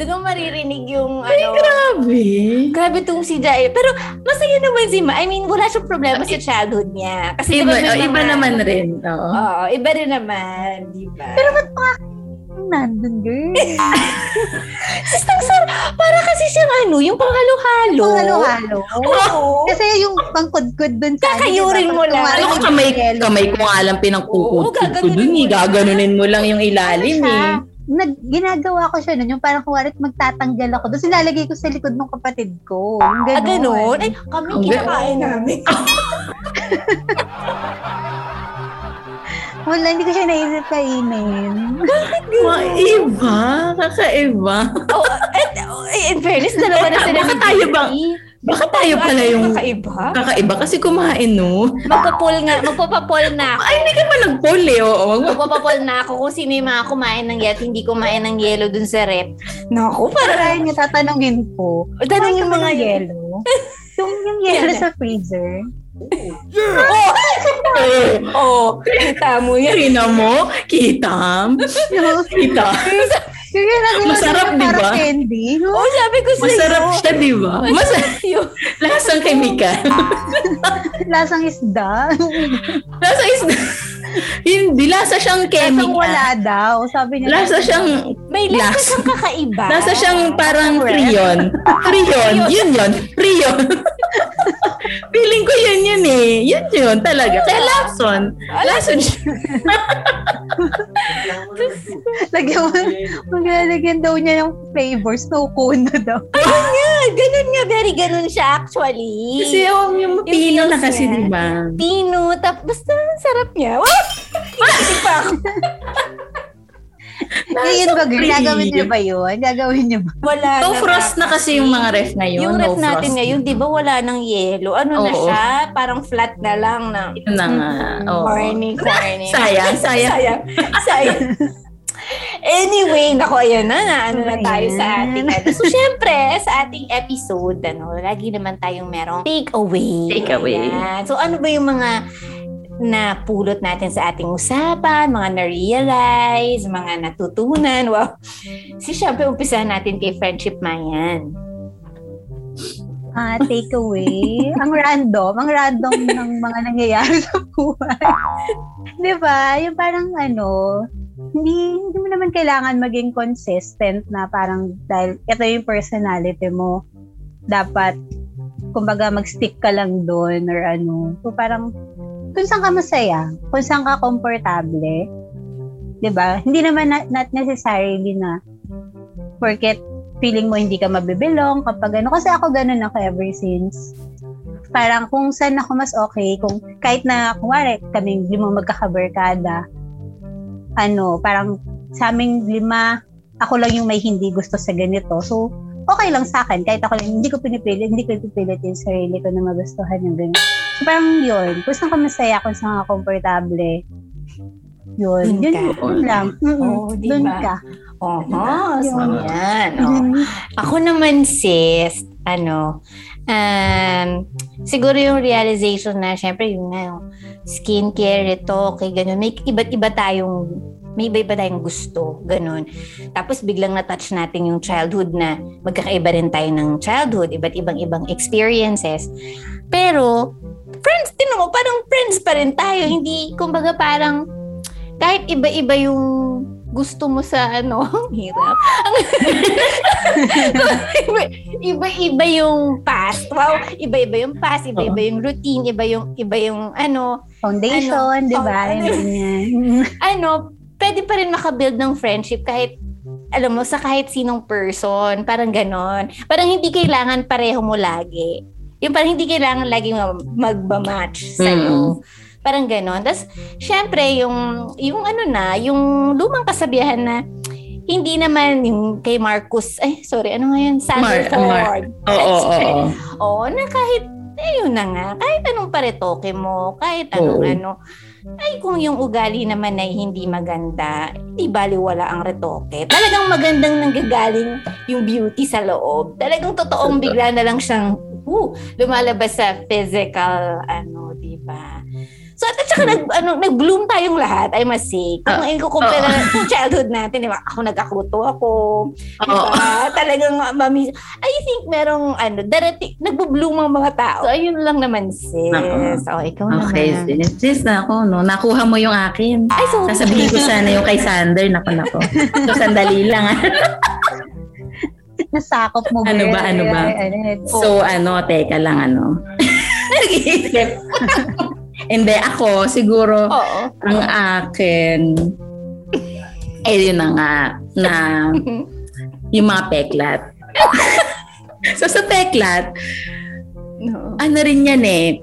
A: doon mo maririnig yung, ano,
B: Grabe.
A: Grabe tong si Jai. Pero masaya naman si Ma. I mean, wala siyang problema sa childhood niya. Kasi diba
B: Iba,
A: may
B: oh, iba
A: mga-
B: naman rin. Oo.
A: Oo, iba rin naman. Di ba?
C: Pero ba't mga nandun, girl?
A: Sistang sar, para kasi siyang ano, yung panghalo-halo.
C: Yung halo-halo.
A: Oo.
C: (laughs) Kasi yung pangkudkod dun sa...
A: Kakayurin
C: diba?
A: mo lang.
C: Kunwari
B: Alam ko
C: yung
B: Ano kamay,
C: yellow.
B: kamay ko nga lang pinangkukod
A: Oo,
B: ko
A: gaganunin
B: dun.
A: mo
B: eh.
A: lang.
B: Gaganunin mo lang yung ilalim
C: Ano siya?
B: eh.
C: Nag, ginagawa ko siya nun, yung parang kuwarit magtatanggal ako. Tapos nilalagay ko sa likod ng kapatid ko. Yung ganun.
A: Ah, ganun? Ay, kami
B: Ang
A: kinakain namin.
C: Wala, hindi ko siya naisip kainin. (laughs)
B: Mga iba. Kakaiba.
A: Ay, in fairness, dalawa na sila.
B: Baka
A: ni
B: tayo
A: Jay.
B: ba- Baka tayo
A: Ano,
B: pala yung
A: Kakaiba?
B: kakaiba kasi kumain no.
A: Magpapol nga, magpapapol na ako.
B: Ay, hindi ka pa nag-poll eh. Oo, wag mo-
A: Magpapapol na ako kung sino yung mga kumain ng yellow, hindi kumain ng yellow dun sa rep. Naku, para
C: Kaya niya tatanungin ko.
A: Tanong yung mga
C: "Kumain ka ba ng
A: yellow.
C: yellow. (laughs) yung, yung yellow sa freezer.
A: (laughs)
B: Eh,
A: Oo, oh, kita mo yan.
B: Tina mo, kita,
C: Yung,
B: kita.
C: yung yellow,
B: Masarap, di ba? Oh.
C: Parang candy. no?
A: Oo, sabi ko sa'yo.
B: Masarap siya, di ba? Masarap.
A: yun.
B: Lasang
A: (laughs)
B: kemikal.
C: Lasang isda.
B: Lasa is... (laughs) hindi, lasa siyang
C: (laughs) Lasang
B: chemical.
C: wala daw. Sabi niya.
B: Lasa siyang...
A: May lasa
B: Laks.
A: siyang kakaiba.
B: Lasa siyang parang prion. Prion. Yun yun. Prion. (laughs) Feeling ko yun yun eh. Yun yun talaga. Kaya lason. Lason siya.
C: (laughs) Lagyan mo, maglalagyan daw niya ng flavor. Snow cone na daw.
A: Ayun nga, Ah, ganun nga. Very ganun siya actually.
B: Kasi yung, yung pino na kasi, di ba?
A: Pino, tap, basta ang sarap niya. What? Hindi pa ako.
C: Ngayon ba, girl?
B: free.
C: Gagawin niyo ba yun? Gagawin niyo ba?
A: Wala
B: No
A: na.
B: frost na kasi yung mga ref ngayon.
A: Yung ref
B: no
A: natin
B: frost.
A: ngayon, di ba wala nang yellow? Ano na
B: Oo.
A: siya? Parang flat na lang na.
B: Yun na nga.
A: Mm-hmm.
B: Oo.
A: Corny, corny. (laughs)
B: Sayang, sayang.
A: Sayang. Sayang. Anyway, nako, ayan na, na ano na tayo sa ating ano. So, syempre, sa ating episode, ano, lagi naman tayong merong takeaway.
B: Takeaway.
A: Ayan. So, ano ba yung mga napulot natin sa ating usapan, mga na-realize, mga natutunan. Wow. Si syempre, umpisahan natin kay Friendship Mayan.
C: Ah, takeaway. ang random. Ang random ng mga nangyayari sa buhay. Di ba? Yung parang ano, hindi, hindi mo naman kailangan maging consistent na parang dahil ito yung personality mo. Dapat, kumbaga, mag-stick ka lang doon or ano. So, parang, kung saan ka masaya, kung saan ka komportable, di ba? Diba? Hindi naman na, not necessarily na porket feeling mo hindi ka mabibelong kapag ano. Kasi ako ganun ako ever since. Parang kung saan ako mas okay, kung kahit na, kumwari, kaming lima magkakabarkada, ano, parang sa aming lima, ako lang yung may hindi gusto sa ganito. So, okay lang sa akin. Kahit ako lang, hindi ko pinipilit, hindi ko pinipilit yung sarili ko na magustuhan yung ganito. So, parang yun. Kung saan ka masaya, kung saan ka komportable, yun.
A: Dun
C: Yun,
A: ka.
C: yun lang. Mm-mm.
B: Oh,
A: Oo, di
C: Dun
A: ba?
C: ka.
A: Oo, so
B: Yun.
A: yan. oo. Ako naman sis, ano, um, siguro yung realization na, syempre yung nga, yung skincare, ito, okay, ganun. May iba't iba tayong, may iba iba tayong gusto, ganun. Tapos biglang na-touch natin yung childhood na magkakaiba rin tayo ng childhood, iba't ibang ibang experiences. Pero, friends, tinan mo, parang friends pa rin tayo. Hindi, kumbaga parang, kahit iba-iba yung gusto mo sa ano, (laughs) ang hirap. Iba- iba-iba yung past. Wow, iba-iba yung past, iba-iba yung routine, iba yung iba yung ano,
C: Foundation,
A: Ano?
C: di ba?
A: Oh, ano?
C: Yung
B: (laughs)
C: ganyan.
A: ano, pwede pa rin makabuild ng friendship kahit alam mo, sa kahit sinong person, parang ganon. Parang hindi kailangan pareho mo lagi. Yung parang hindi kailangan lagi mag- magba-match sa'yo. Parang ganon. Tapos, syempre, yung, yung ano na, yung lumang kasabihan na hindi naman yung kay Marcus, ay, sorry, ano nga yun? Sandal
B: Mar- Mar-
A: Ford.
B: Oo, oo, oo.
A: Oo, na kahit eh, yun na nga. Kahit anong paretoke mo, kahit anong
B: Oo.
A: ano. Ay, kung yung ugali naman ay hindi maganda, di baliwala ang retoke. Talagang magandang nanggagaling yung beauty sa loob. Talagang totoong
B: Totoo.
A: bigla na lang siyang woo, lumalabas sa physical, ano, di ba? So, at at saka nag, ano, nag-bloom tayong lahat, I must say. Kung
B: Ah,
A: uh, compare yung childhood natin, di ba? Ako nagkakuto ako. Di
B: Oo.
A: ba? Talagang mami. I think merong, ano, darating, nagbo-bloom ang mga tao. So, ayun lang naman, sis.
B: Oo.
A: So, ikaw
B: Okay,
A: naman.
B: sis. Sis, nako, no. Nakuha mo yung akin.
A: Ay, sorry.
B: Sasabihin ko sana yung kay Sander. Nako, nako. So, sandali lang. ah.
C: Nasakop mo
B: Ano
C: girl.
B: ba, ano ba?
C: Ay, ano, eh.
B: So, ano, teka lang, ano. (laughs) Nag-iisip. (laughs) Hindi, ako, siguro,
A: Oo. (laughs)
B: ang akin, eh, yun na nga, na yung mga peklat. (laughs) so, sa peklat,
A: No.
B: ano rin yan eh.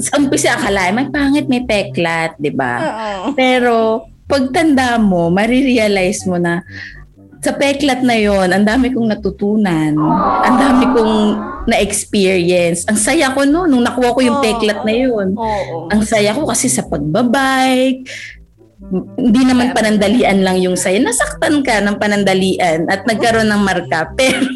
B: Sa umpisa akala, may pangit, may peklat, di ba?
A: Oo.
B: Pero, pagtanda mo, marirealize mo na sa peklat na yon ang dami kong natutunan. Ang dami kong na-experience. Ang saya ko no, nung nakuha ko yung
A: Oo.
B: peklat na yun.
A: Oo.
B: Ang saya ko kasi sa pagbabike, m- hindi naman panandalian lang yung saya. Nasaktan ka ng panandalian at nagkaroon ng marka. (laughs) Pero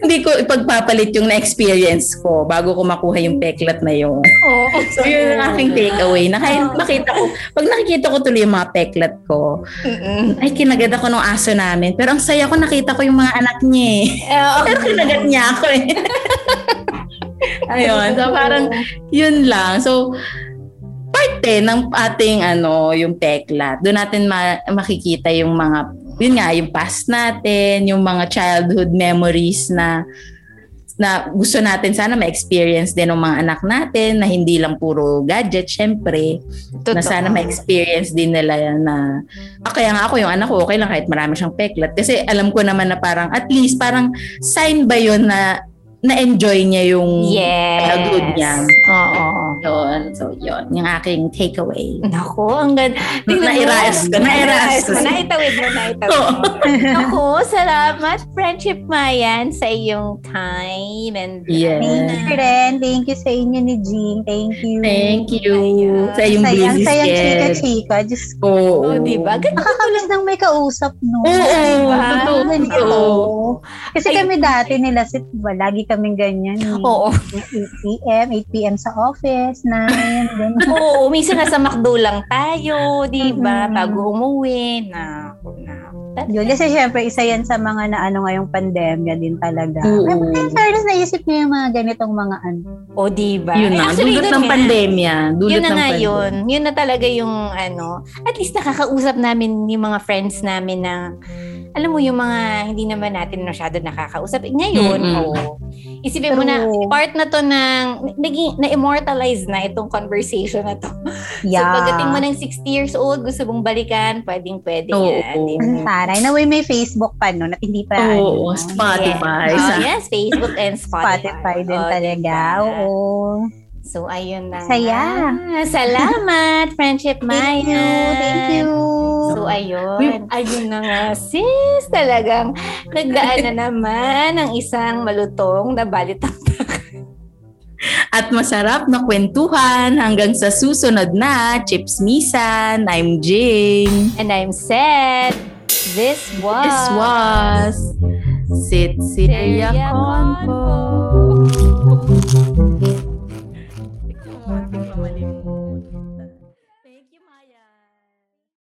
B: hindi ko ipagpapalit yung na-experience ko bago ko makuha yung peklat na yun.
A: Oo.
B: (laughs) So yun ang aking takeaway na kahit
A: Oo.
B: makita ko, pag nakikita ko tuloy yung mga peklat ko,
A: Mm-mm.
B: ay kinagat ako ng aso namin. Pero ang saya ko nakita ko yung mga anak niya eh. (laughs)
A: Oo.
B: Pero kinagat niya ako eh. (laughs) (laughs) Ayun, so parang yun lang. So, parte ng ating ano, yung peklat. Doon natin ma- makikita yung mga, yun nga, yung past natin, yung mga childhood memories na na gusto natin sana ma-experience din ng mga anak natin na hindi lang puro gadget, syempre. Na
A: Totoo.
B: sana ma-experience din nila yan na ah, kaya nga ako yung anak ko okay lang kahit marami siyang peklat kasi alam ko naman na parang at least parang sign ba yun na na-enjoy niya yung
A: Yes.
B: childhood niya.
A: Oo.
B: Yun. So, yun. Yung aking takeaway.
A: Nako, ang ganda.
B: Nairas ko, nairas ko.
A: Naitawid mo, naitawid
B: Oo.
A: mo. Nako, salamat, Friendship Mayan, sa iyong time. And
B: Yes.
C: Thank you rin. Thank you sa inyo ni Jean. Thank you.
B: Thank you.
A: Ayun.
B: Sa iyong
C: sayang,
B: busy
C: sayang chika,
B: schedule.
C: chika. Just
A: Oh,
B: Oo.
A: di ba? Ganda.
C: nakakamiss nang may kausap, no?
B: Oo.
A: Diba?
B: Totoo.
C: Ganito.
B: Totoo.
C: Kasi
A: Ay-
C: kami dati nila, sit, ba, lagi kaming ganyan. eh.
A: Oo.
C: 8 p.m., 8 p.m. sa office, 9, ganun.
A: Oo, minsan nasa McDo lang tayo, di ba?
B: Mm-hmm.
C: Mhm.
A: Bago umuwi. Nako, nako.
C: Yun, kasi syempre, isa yan sa mga na ano ngayong pandemya din talaga.
B: Oo.
C: Pero in fairness, naisip niyo yung mga ganitong mga ano.
A: O, di ba? Eh,
B: Yun na.
A: actually,
B: Dulot
A: yun
B: ng
A: nga.
B: pandemya. Dulot
A: yun na
B: ng
A: nga
B: pandemya.
A: yun. Yun na talaga yung ano. At least nakakausap namin yung mga friends namin na alam mo yung mga hindi naman natin masyado nakakausap. Eh, Ngayon,
B: Mm-mm.
A: oo. Isipin mo na
C: True.
A: part na to ng naging, na-immortalize na itong conversation na to.
C: Yeah.
A: So pagdating mo ng 60 years old, gusto mong balikan, pwedeng pwede
B: Oo.
A: yan. diba? di ba?
C: Ang taray. Na way may Facebook pa nun at hindi pa ano.
B: Oo. Spotify.
A: Yes.
B: Sa,
A: Oh, yes, Facebook and (laughs) Spotify.
C: Spotify din
A: Oh,
C: talaga.
A: diba?
C: Oo.
A: So, ayun na.
C: Saya.
A: nga. Salamat, Friendship Maya.
C: Thank you. Thank you.
A: So, ayun. Ayun na nga, sis. Talagang nagdaan na naman ang isang malutong na balitang. (laughs)
B: at masarap na kwentuhan hanggang sa susunod na Chips Misan. I'm Jing.
A: And I'm sad. This was...
B: This was Sit Siria
A: Siria
B: Convo. Thank you, Maya.